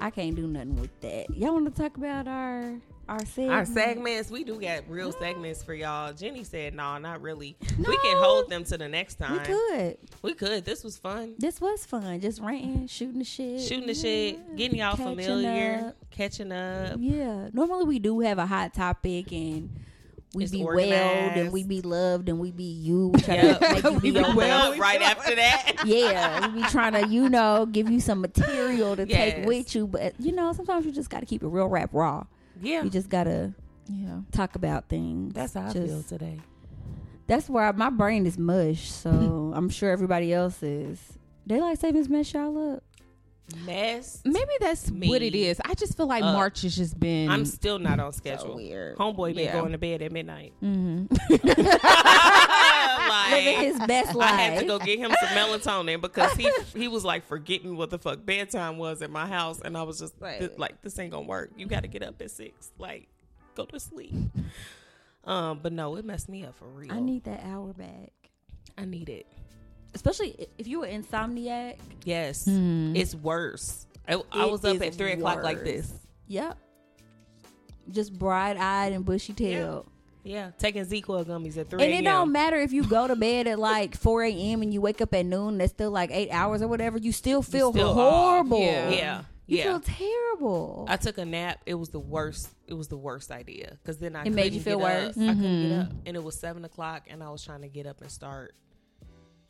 Speaker 3: I can't do nothing with that. Y'all want to talk about our our segment?
Speaker 4: Our segments, we do got real segments for y'all. Jenny said, "No, not really. We can hold them to the next
Speaker 3: We
Speaker 4: time.
Speaker 3: could.
Speaker 4: we could. This was fun.
Speaker 3: This was fun. Just ranting, shooting the shit,
Speaker 4: shooting the shit, getting y'all
Speaker 3: Catching
Speaker 4: familiar,
Speaker 3: up.
Speaker 4: catching up.
Speaker 3: Yeah. Normally we do have a hot topic and. We
Speaker 4: It's
Speaker 3: be
Speaker 4: organized.
Speaker 3: welled and we be loved and we be you. [laughs] We try to
Speaker 4: Yep.
Speaker 3: make
Speaker 4: [laughs]
Speaker 3: you
Speaker 4: we
Speaker 3: be
Speaker 4: open
Speaker 3: [laughs] well.
Speaker 4: up right after that.
Speaker 3: yeah, we be trying to, you know, give you some material to
Speaker 4: Yes.
Speaker 3: take with you. But you know, sometimes you just got to keep it real, rap raw.
Speaker 4: Yeah,
Speaker 3: You just gotta
Speaker 5: Yeah.
Speaker 3: talk about things.
Speaker 4: that's how I
Speaker 3: just,
Speaker 4: feel today.
Speaker 3: That's where I, my brain is
Speaker 4: [laughs]
Speaker 3: mush. So I'm sure everybody else is. Daylight savings mess y'all up.
Speaker 4: Mess.
Speaker 5: Maybe that's
Speaker 4: Me
Speaker 5: what it is. I just feel like
Speaker 4: up.
Speaker 5: March has just been.
Speaker 4: I'm still not on schedule.
Speaker 5: weird.
Speaker 4: Homeboy been
Speaker 5: Yeah.
Speaker 4: going to bed at [laughs] midnight. Mm-hmm.
Speaker 5: Mhm.
Speaker 3: [laughs] Living
Speaker 4: like,
Speaker 3: his best
Speaker 4: I
Speaker 3: life.
Speaker 4: had to go get him some melatonin because he he was like forgetting what the fuck bedtime was at my house, and I was just th- like, this ain't gonna work. You got to get up at six. Like, go to sleep. Um, but no, it messed me up for real.
Speaker 3: I need that hour back,
Speaker 4: I need it.
Speaker 3: especially i- if you were insomniac.
Speaker 4: Yes, it's worse. I, I
Speaker 3: It
Speaker 4: was up at
Speaker 3: is
Speaker 4: three o'clock like
Speaker 3: worse.
Speaker 4: this.
Speaker 3: Yep. Just bright eyed and bushy tailed.
Speaker 4: Yeah, taking Zequel gummies at three.
Speaker 3: And it don't
Speaker 4: a.m..
Speaker 3: matter if you go to bed at like 4 a.m. and you wake up at noon, that's still like eight hours or whatever. You still feel
Speaker 4: still
Speaker 3: horrible.
Speaker 5: off.
Speaker 4: Yeah,
Speaker 3: You
Speaker 4: yeah.
Speaker 3: feel terrible.
Speaker 4: I took a nap. It was the worst. It was the worst idea because then I
Speaker 3: It made you
Speaker 4: couldn't
Speaker 3: feel
Speaker 4: get up.
Speaker 3: worse?
Speaker 4: I couldn't get up, and it was seven o'clock, and I was trying to get up and start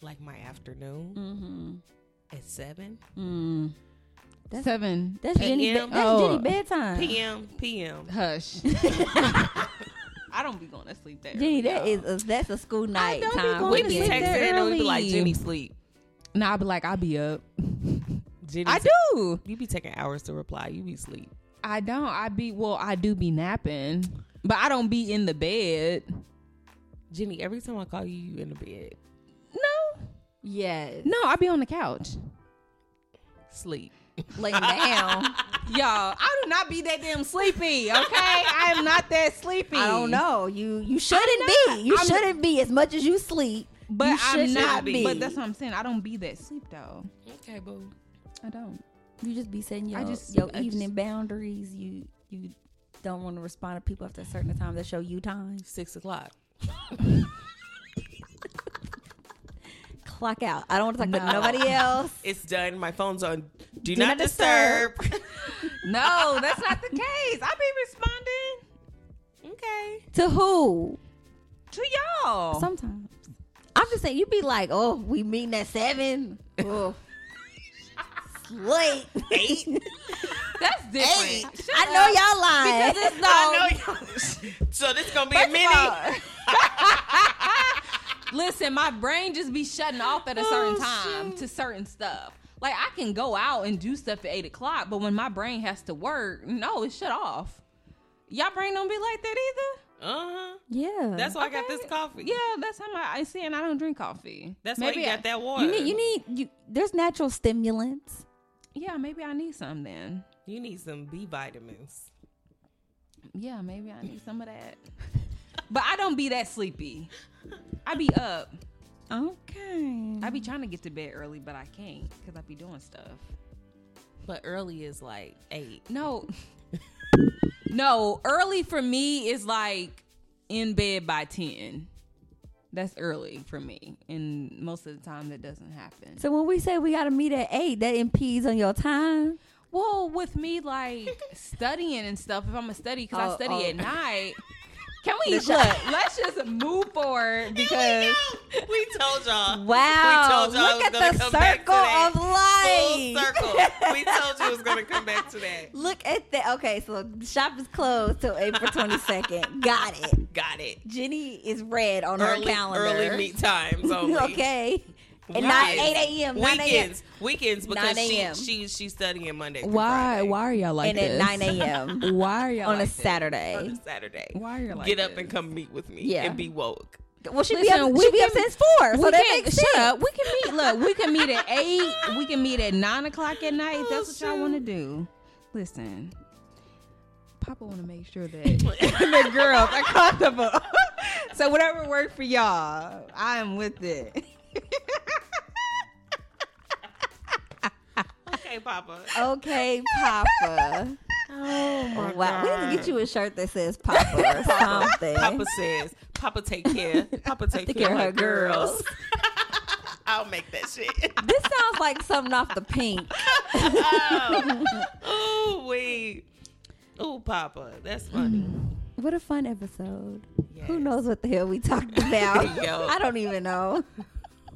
Speaker 4: like my afternoon at seven
Speaker 3: Mm. That's-
Speaker 5: seven.
Speaker 3: That's
Speaker 4: At
Speaker 3: Jenny.
Speaker 4: M-
Speaker 3: That's
Speaker 5: Mm-hmm. Oh.
Speaker 3: Jenny bedtime.
Speaker 4: p.m. p.m.
Speaker 5: Hush. [laughs] I don't be going to sleep there.
Speaker 3: Jenny, that is a, that's a school night
Speaker 5: don't be
Speaker 3: time.
Speaker 5: going
Speaker 4: We
Speaker 5: to
Speaker 4: be
Speaker 5: sleep
Speaker 4: texting
Speaker 5: there
Speaker 4: and we be like
Speaker 5: early.
Speaker 4: Jenny sleep.
Speaker 5: Nah, I be like, I be up.
Speaker 4: Jenny,
Speaker 5: I
Speaker 4: sleep.
Speaker 5: do.
Speaker 4: You be taking hours to reply. You be sleep.
Speaker 5: I don't. I be well. I do be napping, but I don't be in the bed.
Speaker 4: Jenny, every time I call you, you in the bed.
Speaker 5: No,
Speaker 3: Yes.
Speaker 5: No, I be on the couch.
Speaker 4: Sleep.
Speaker 3: Laying
Speaker 5: [laughs]
Speaker 3: down.
Speaker 5: Y'all, I do not be that damn sleepy, okay? I am not that sleepy.
Speaker 3: I don't know. You you shouldn't be. You
Speaker 5: I'm-
Speaker 3: shouldn't be as much as you sleep.
Speaker 5: But
Speaker 3: you
Speaker 5: I'm
Speaker 3: should
Speaker 5: not
Speaker 4: be.
Speaker 5: But that's what I'm saying. I don't be that sleep though.
Speaker 4: Okay, boo.
Speaker 5: I don't.
Speaker 3: you just be setting your
Speaker 5: I just-
Speaker 3: your
Speaker 5: I
Speaker 3: evening
Speaker 5: just-
Speaker 3: boundaries. You you don't want to respond to people after a certain time that show you time.
Speaker 4: Six o'clock.
Speaker 3: Clock out. I don't want to talk about nobody else.
Speaker 4: It's done. My phone's on. Do,
Speaker 3: Do
Speaker 4: not,
Speaker 3: not
Speaker 4: disturb.
Speaker 5: No, that's not the case. I be responding
Speaker 4: [laughs] okay.
Speaker 3: [laughs] To who?
Speaker 5: to y'all.
Speaker 3: Sometimes. I'm just saying, you be like, oh, we meeting at [laughs] seven. Oh. It's Late. [laughs] Eight.
Speaker 5: that's different. Shut
Speaker 3: I know y'all lying.
Speaker 5: Because
Speaker 4: I
Speaker 3: [laughs]
Speaker 5: it's
Speaker 4: know y'all. [laughs] so this gonna be
Speaker 5: [laughs]
Speaker 4: a minute.
Speaker 5: Listen, my brain just be shutting off at a
Speaker 3: Oh,
Speaker 5: certain time to certain stuff. Like I can go out and do stuff at eight o'clock, but when my brain has to work, no, it's shut off. Y'all brain don't be like that either.
Speaker 4: Uh huh.
Speaker 3: [laughs] yeah.
Speaker 4: That's why I got this
Speaker 5: Okay.
Speaker 4: coffee.
Speaker 5: Yeah, that's how my I see, and I don't drink coffee.
Speaker 4: That's why you
Speaker 5: I,
Speaker 4: got that water.
Speaker 3: you need you need you there's natural stimulants.
Speaker 5: Yeah, maybe I need some then.
Speaker 4: You need some B vitamins.
Speaker 5: Yeah, maybe I need some of that. but I don't be that sleepy. I be up.
Speaker 3: Okay.
Speaker 5: I be trying to get to bed early, but I can't because I be doing stuff.
Speaker 4: But early is like eight.
Speaker 5: No. no, early for me is like in bed by 10. That's early for me. And most of the time that doesn't happen.
Speaker 3: So when we say we gotta meet at eight, that impedes on your time.
Speaker 5: Well, with me like studying and stuff, if I'm gonna study because I
Speaker 3: Oh,
Speaker 5: study
Speaker 3: oh.
Speaker 5: at [laughs] night. Can we look?
Speaker 3: Listen.
Speaker 5: Let's just move forward because
Speaker 4: [laughs] [laughs] We told y'all.
Speaker 3: Wow.
Speaker 4: We told y'all I
Speaker 3: Look
Speaker 4: was
Speaker 3: at
Speaker 4: gonna
Speaker 3: the
Speaker 4: come back to
Speaker 3: circle
Speaker 4: that.
Speaker 3: of life.
Speaker 4: Full circle. we told you it was gonna come back to that.
Speaker 3: [laughs] Look at that. Okay, so the shop is closed till April 22nd. Got it.
Speaker 4: Got
Speaker 3: [laughs]
Speaker 4: it.
Speaker 3: Jenny is red on her
Speaker 4: Early,
Speaker 3: calendar.
Speaker 4: early
Speaker 3: [laughs]
Speaker 4: meet times only.
Speaker 3: okay. And not
Speaker 4: Weekends.
Speaker 3: 8 a.m., 9 a.m.
Speaker 4: Weekends, weekends,
Speaker 3: 9
Speaker 4: because she,
Speaker 3: a.m..
Speaker 4: she she's studying Monday. Through
Speaker 5: why?
Speaker 4: Friday.
Speaker 5: Why are y'all like
Speaker 3: and
Speaker 5: this?
Speaker 3: at 9
Speaker 5: [laughs]
Speaker 3: a.m.
Speaker 5: Why are y'all
Speaker 3: on a
Speaker 5: like this?
Speaker 4: On
Speaker 3: Saturday.
Speaker 4: a Saturday.
Speaker 5: Why are you like
Speaker 4: Get up
Speaker 5: this?
Speaker 4: and come meet with me.
Speaker 3: Yeah.
Speaker 4: And be
Speaker 3: [laughs]
Speaker 4: woke.
Speaker 3: Well, she'd be
Speaker 5: Listen,
Speaker 3: up,
Speaker 5: we
Speaker 3: she'd be up
Speaker 5: can-
Speaker 3: since 4,
Speaker 5: we
Speaker 3: so that
Speaker 5: can,
Speaker 3: makes
Speaker 5: shut
Speaker 3: sense.
Speaker 5: up. We can meet. Look, we can meet at eight. We can meet at nine o'clock at night. if That's what y'all want to do. Listen, Papa want to make
Speaker 3: [laughs]
Speaker 5: sure that the girls are comfortable. [laughs] so whatever worked for y'all, I am with it.
Speaker 4: Okay, Papa. [laughs]
Speaker 3: Okay, Papa.
Speaker 4: Oh my
Speaker 3: Wow. We need to get you a shirt that says Papa or
Speaker 4: [laughs]
Speaker 3: something.
Speaker 4: Papa says, Papa take care. Papa take,
Speaker 3: Take
Speaker 4: care,
Speaker 3: care of her
Speaker 4: of girls. [laughs]
Speaker 3: girls.
Speaker 4: I'll make that shit.
Speaker 3: This sounds like something off the pink.
Speaker 4: Oh. Ooh, wait. Ooh, Papa. That's funny.
Speaker 3: What a fun episode. Who
Speaker 4: Yes.
Speaker 3: knows what the hell we talked
Speaker 4: [laughs]
Speaker 3: about?
Speaker 4: Yo.
Speaker 3: I don't even know.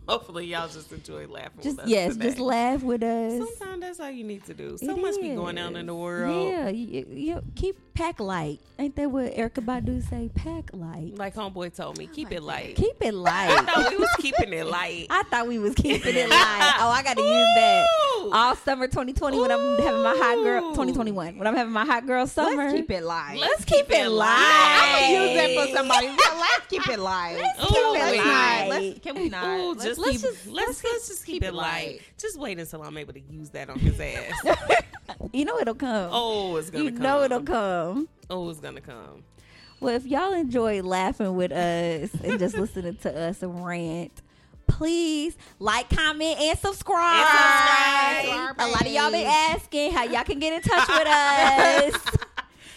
Speaker 4: Hopefully, y'all just enjoy laughing.
Speaker 3: Just
Speaker 4: with us
Speaker 3: yes,
Speaker 4: today.
Speaker 3: just laugh with us.
Speaker 4: Sometimes that's all you need to do. So
Speaker 3: It
Speaker 4: much be going on in
Speaker 3: is.
Speaker 4: the world.
Speaker 3: Yeah, you, you keep pack light. Ain't that what Erica Badu say? Pack light.
Speaker 4: Like homeboy told me, keep it light.
Speaker 3: Keep it
Speaker 4: I
Speaker 3: light.
Speaker 4: thought we was keeping it light.
Speaker 3: [laughs] I thought we was
Speaker 4: [laughs]
Speaker 3: keeping it light. Oh, I got to use that
Speaker 4: Ooh.
Speaker 3: all summer 2020 when I'm having my hot girl
Speaker 4: Ooh.
Speaker 3: 2021 when I'm having my hot girl summer.
Speaker 5: Let's keep it live.
Speaker 3: Let's keep it
Speaker 5: I
Speaker 3: light.
Speaker 5: use that for somebody. Yeah, let's keep it live.
Speaker 3: Let's
Speaker 4: Ooh,
Speaker 3: keep it
Speaker 4: wait.
Speaker 3: light.
Speaker 5: Let's, can we not?
Speaker 4: Ooh,
Speaker 5: Let's
Speaker 4: just
Speaker 5: keep-
Speaker 4: keep, let's, let's, just keep, it light. Just wait until I'm able to use that on his
Speaker 3: [laughs]
Speaker 4: ass.
Speaker 3: you know it'll come.
Speaker 4: oh, it's gonna
Speaker 3: you
Speaker 4: come.
Speaker 3: know it'll come.
Speaker 4: Oh, it's gonna come.
Speaker 3: Well, if y'all enjoy laughing with us and
Speaker 5: [laughs]
Speaker 3: just listening to us rant, please like, comment, and subscribe.
Speaker 4: And
Speaker 5: subscribe to our
Speaker 3: A lot of y'all been
Speaker 5: page.
Speaker 3: asking how y'all can get in touch
Speaker 5: [laughs]
Speaker 3: with us.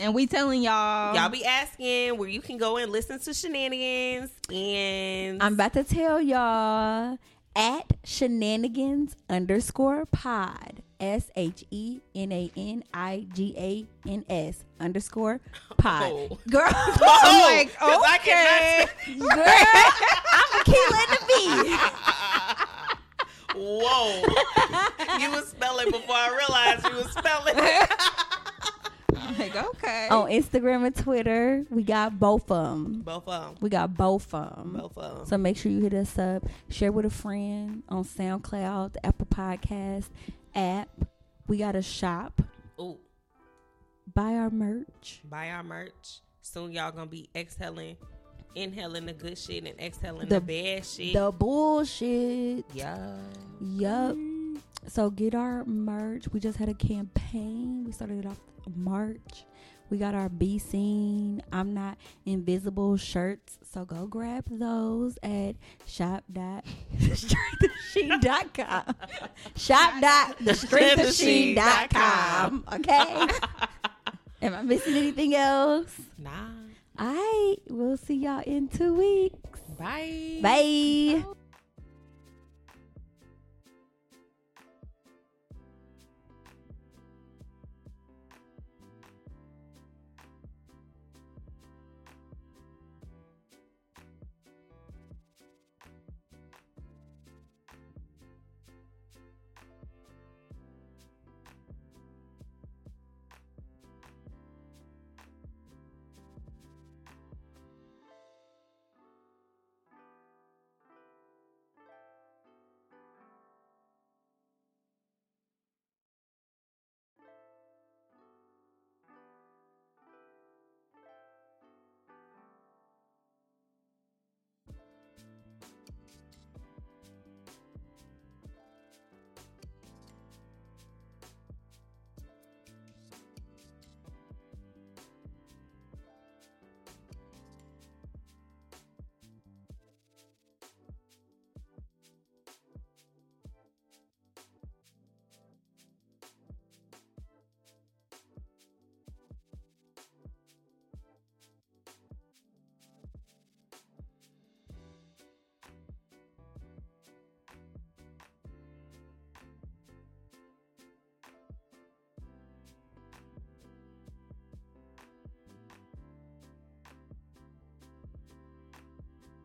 Speaker 5: and we telling y'all.
Speaker 3: Um,
Speaker 4: Y'all be asking where you can go and listen to shenanigans and
Speaker 3: I'm about to tell y'all at shenanigans underscore pod. S H E N A N I G A N S underscore pod.
Speaker 4: Oh.
Speaker 5: [laughs]
Speaker 3: Girl, [laughs]
Speaker 4: oh,
Speaker 3: I'm like,
Speaker 4: 'cause I cannot. [laughs]
Speaker 3: girl, I'm a key letting it be.
Speaker 4: Whoa! you was spelling before I realized you was spelling.
Speaker 5: [laughs]
Speaker 3: [laughs]
Speaker 5: Like, okay.
Speaker 3: on Instagram and Twitter. We got both of them.
Speaker 4: Both of them.
Speaker 3: We got both of them.
Speaker 4: Both of 'em.
Speaker 3: So make sure you hit us up. Share with a friend on SoundCloud, the Apple Podcast app. We got a shop.
Speaker 4: Ooh,
Speaker 3: Buy our merch.
Speaker 4: buy our merch. Soon y'all gonna be exhaling inhaling the good shit and exhaling
Speaker 3: The-
Speaker 4: the, bad shit.
Speaker 3: The bullshit.
Speaker 4: yeah.
Speaker 3: Yup. So get our merch. We just had a campaign. We started it off March. We got our Be Seen, I'm Not Invisible shirts. So go grab those at shop.strengthofshe.com. Shop.thestrengthofshe.com. Okay? Am I missing anything else?
Speaker 4: Nah.
Speaker 3: All right. We'll see y'all in two weeks.
Speaker 4: Bye.
Speaker 3: Bye.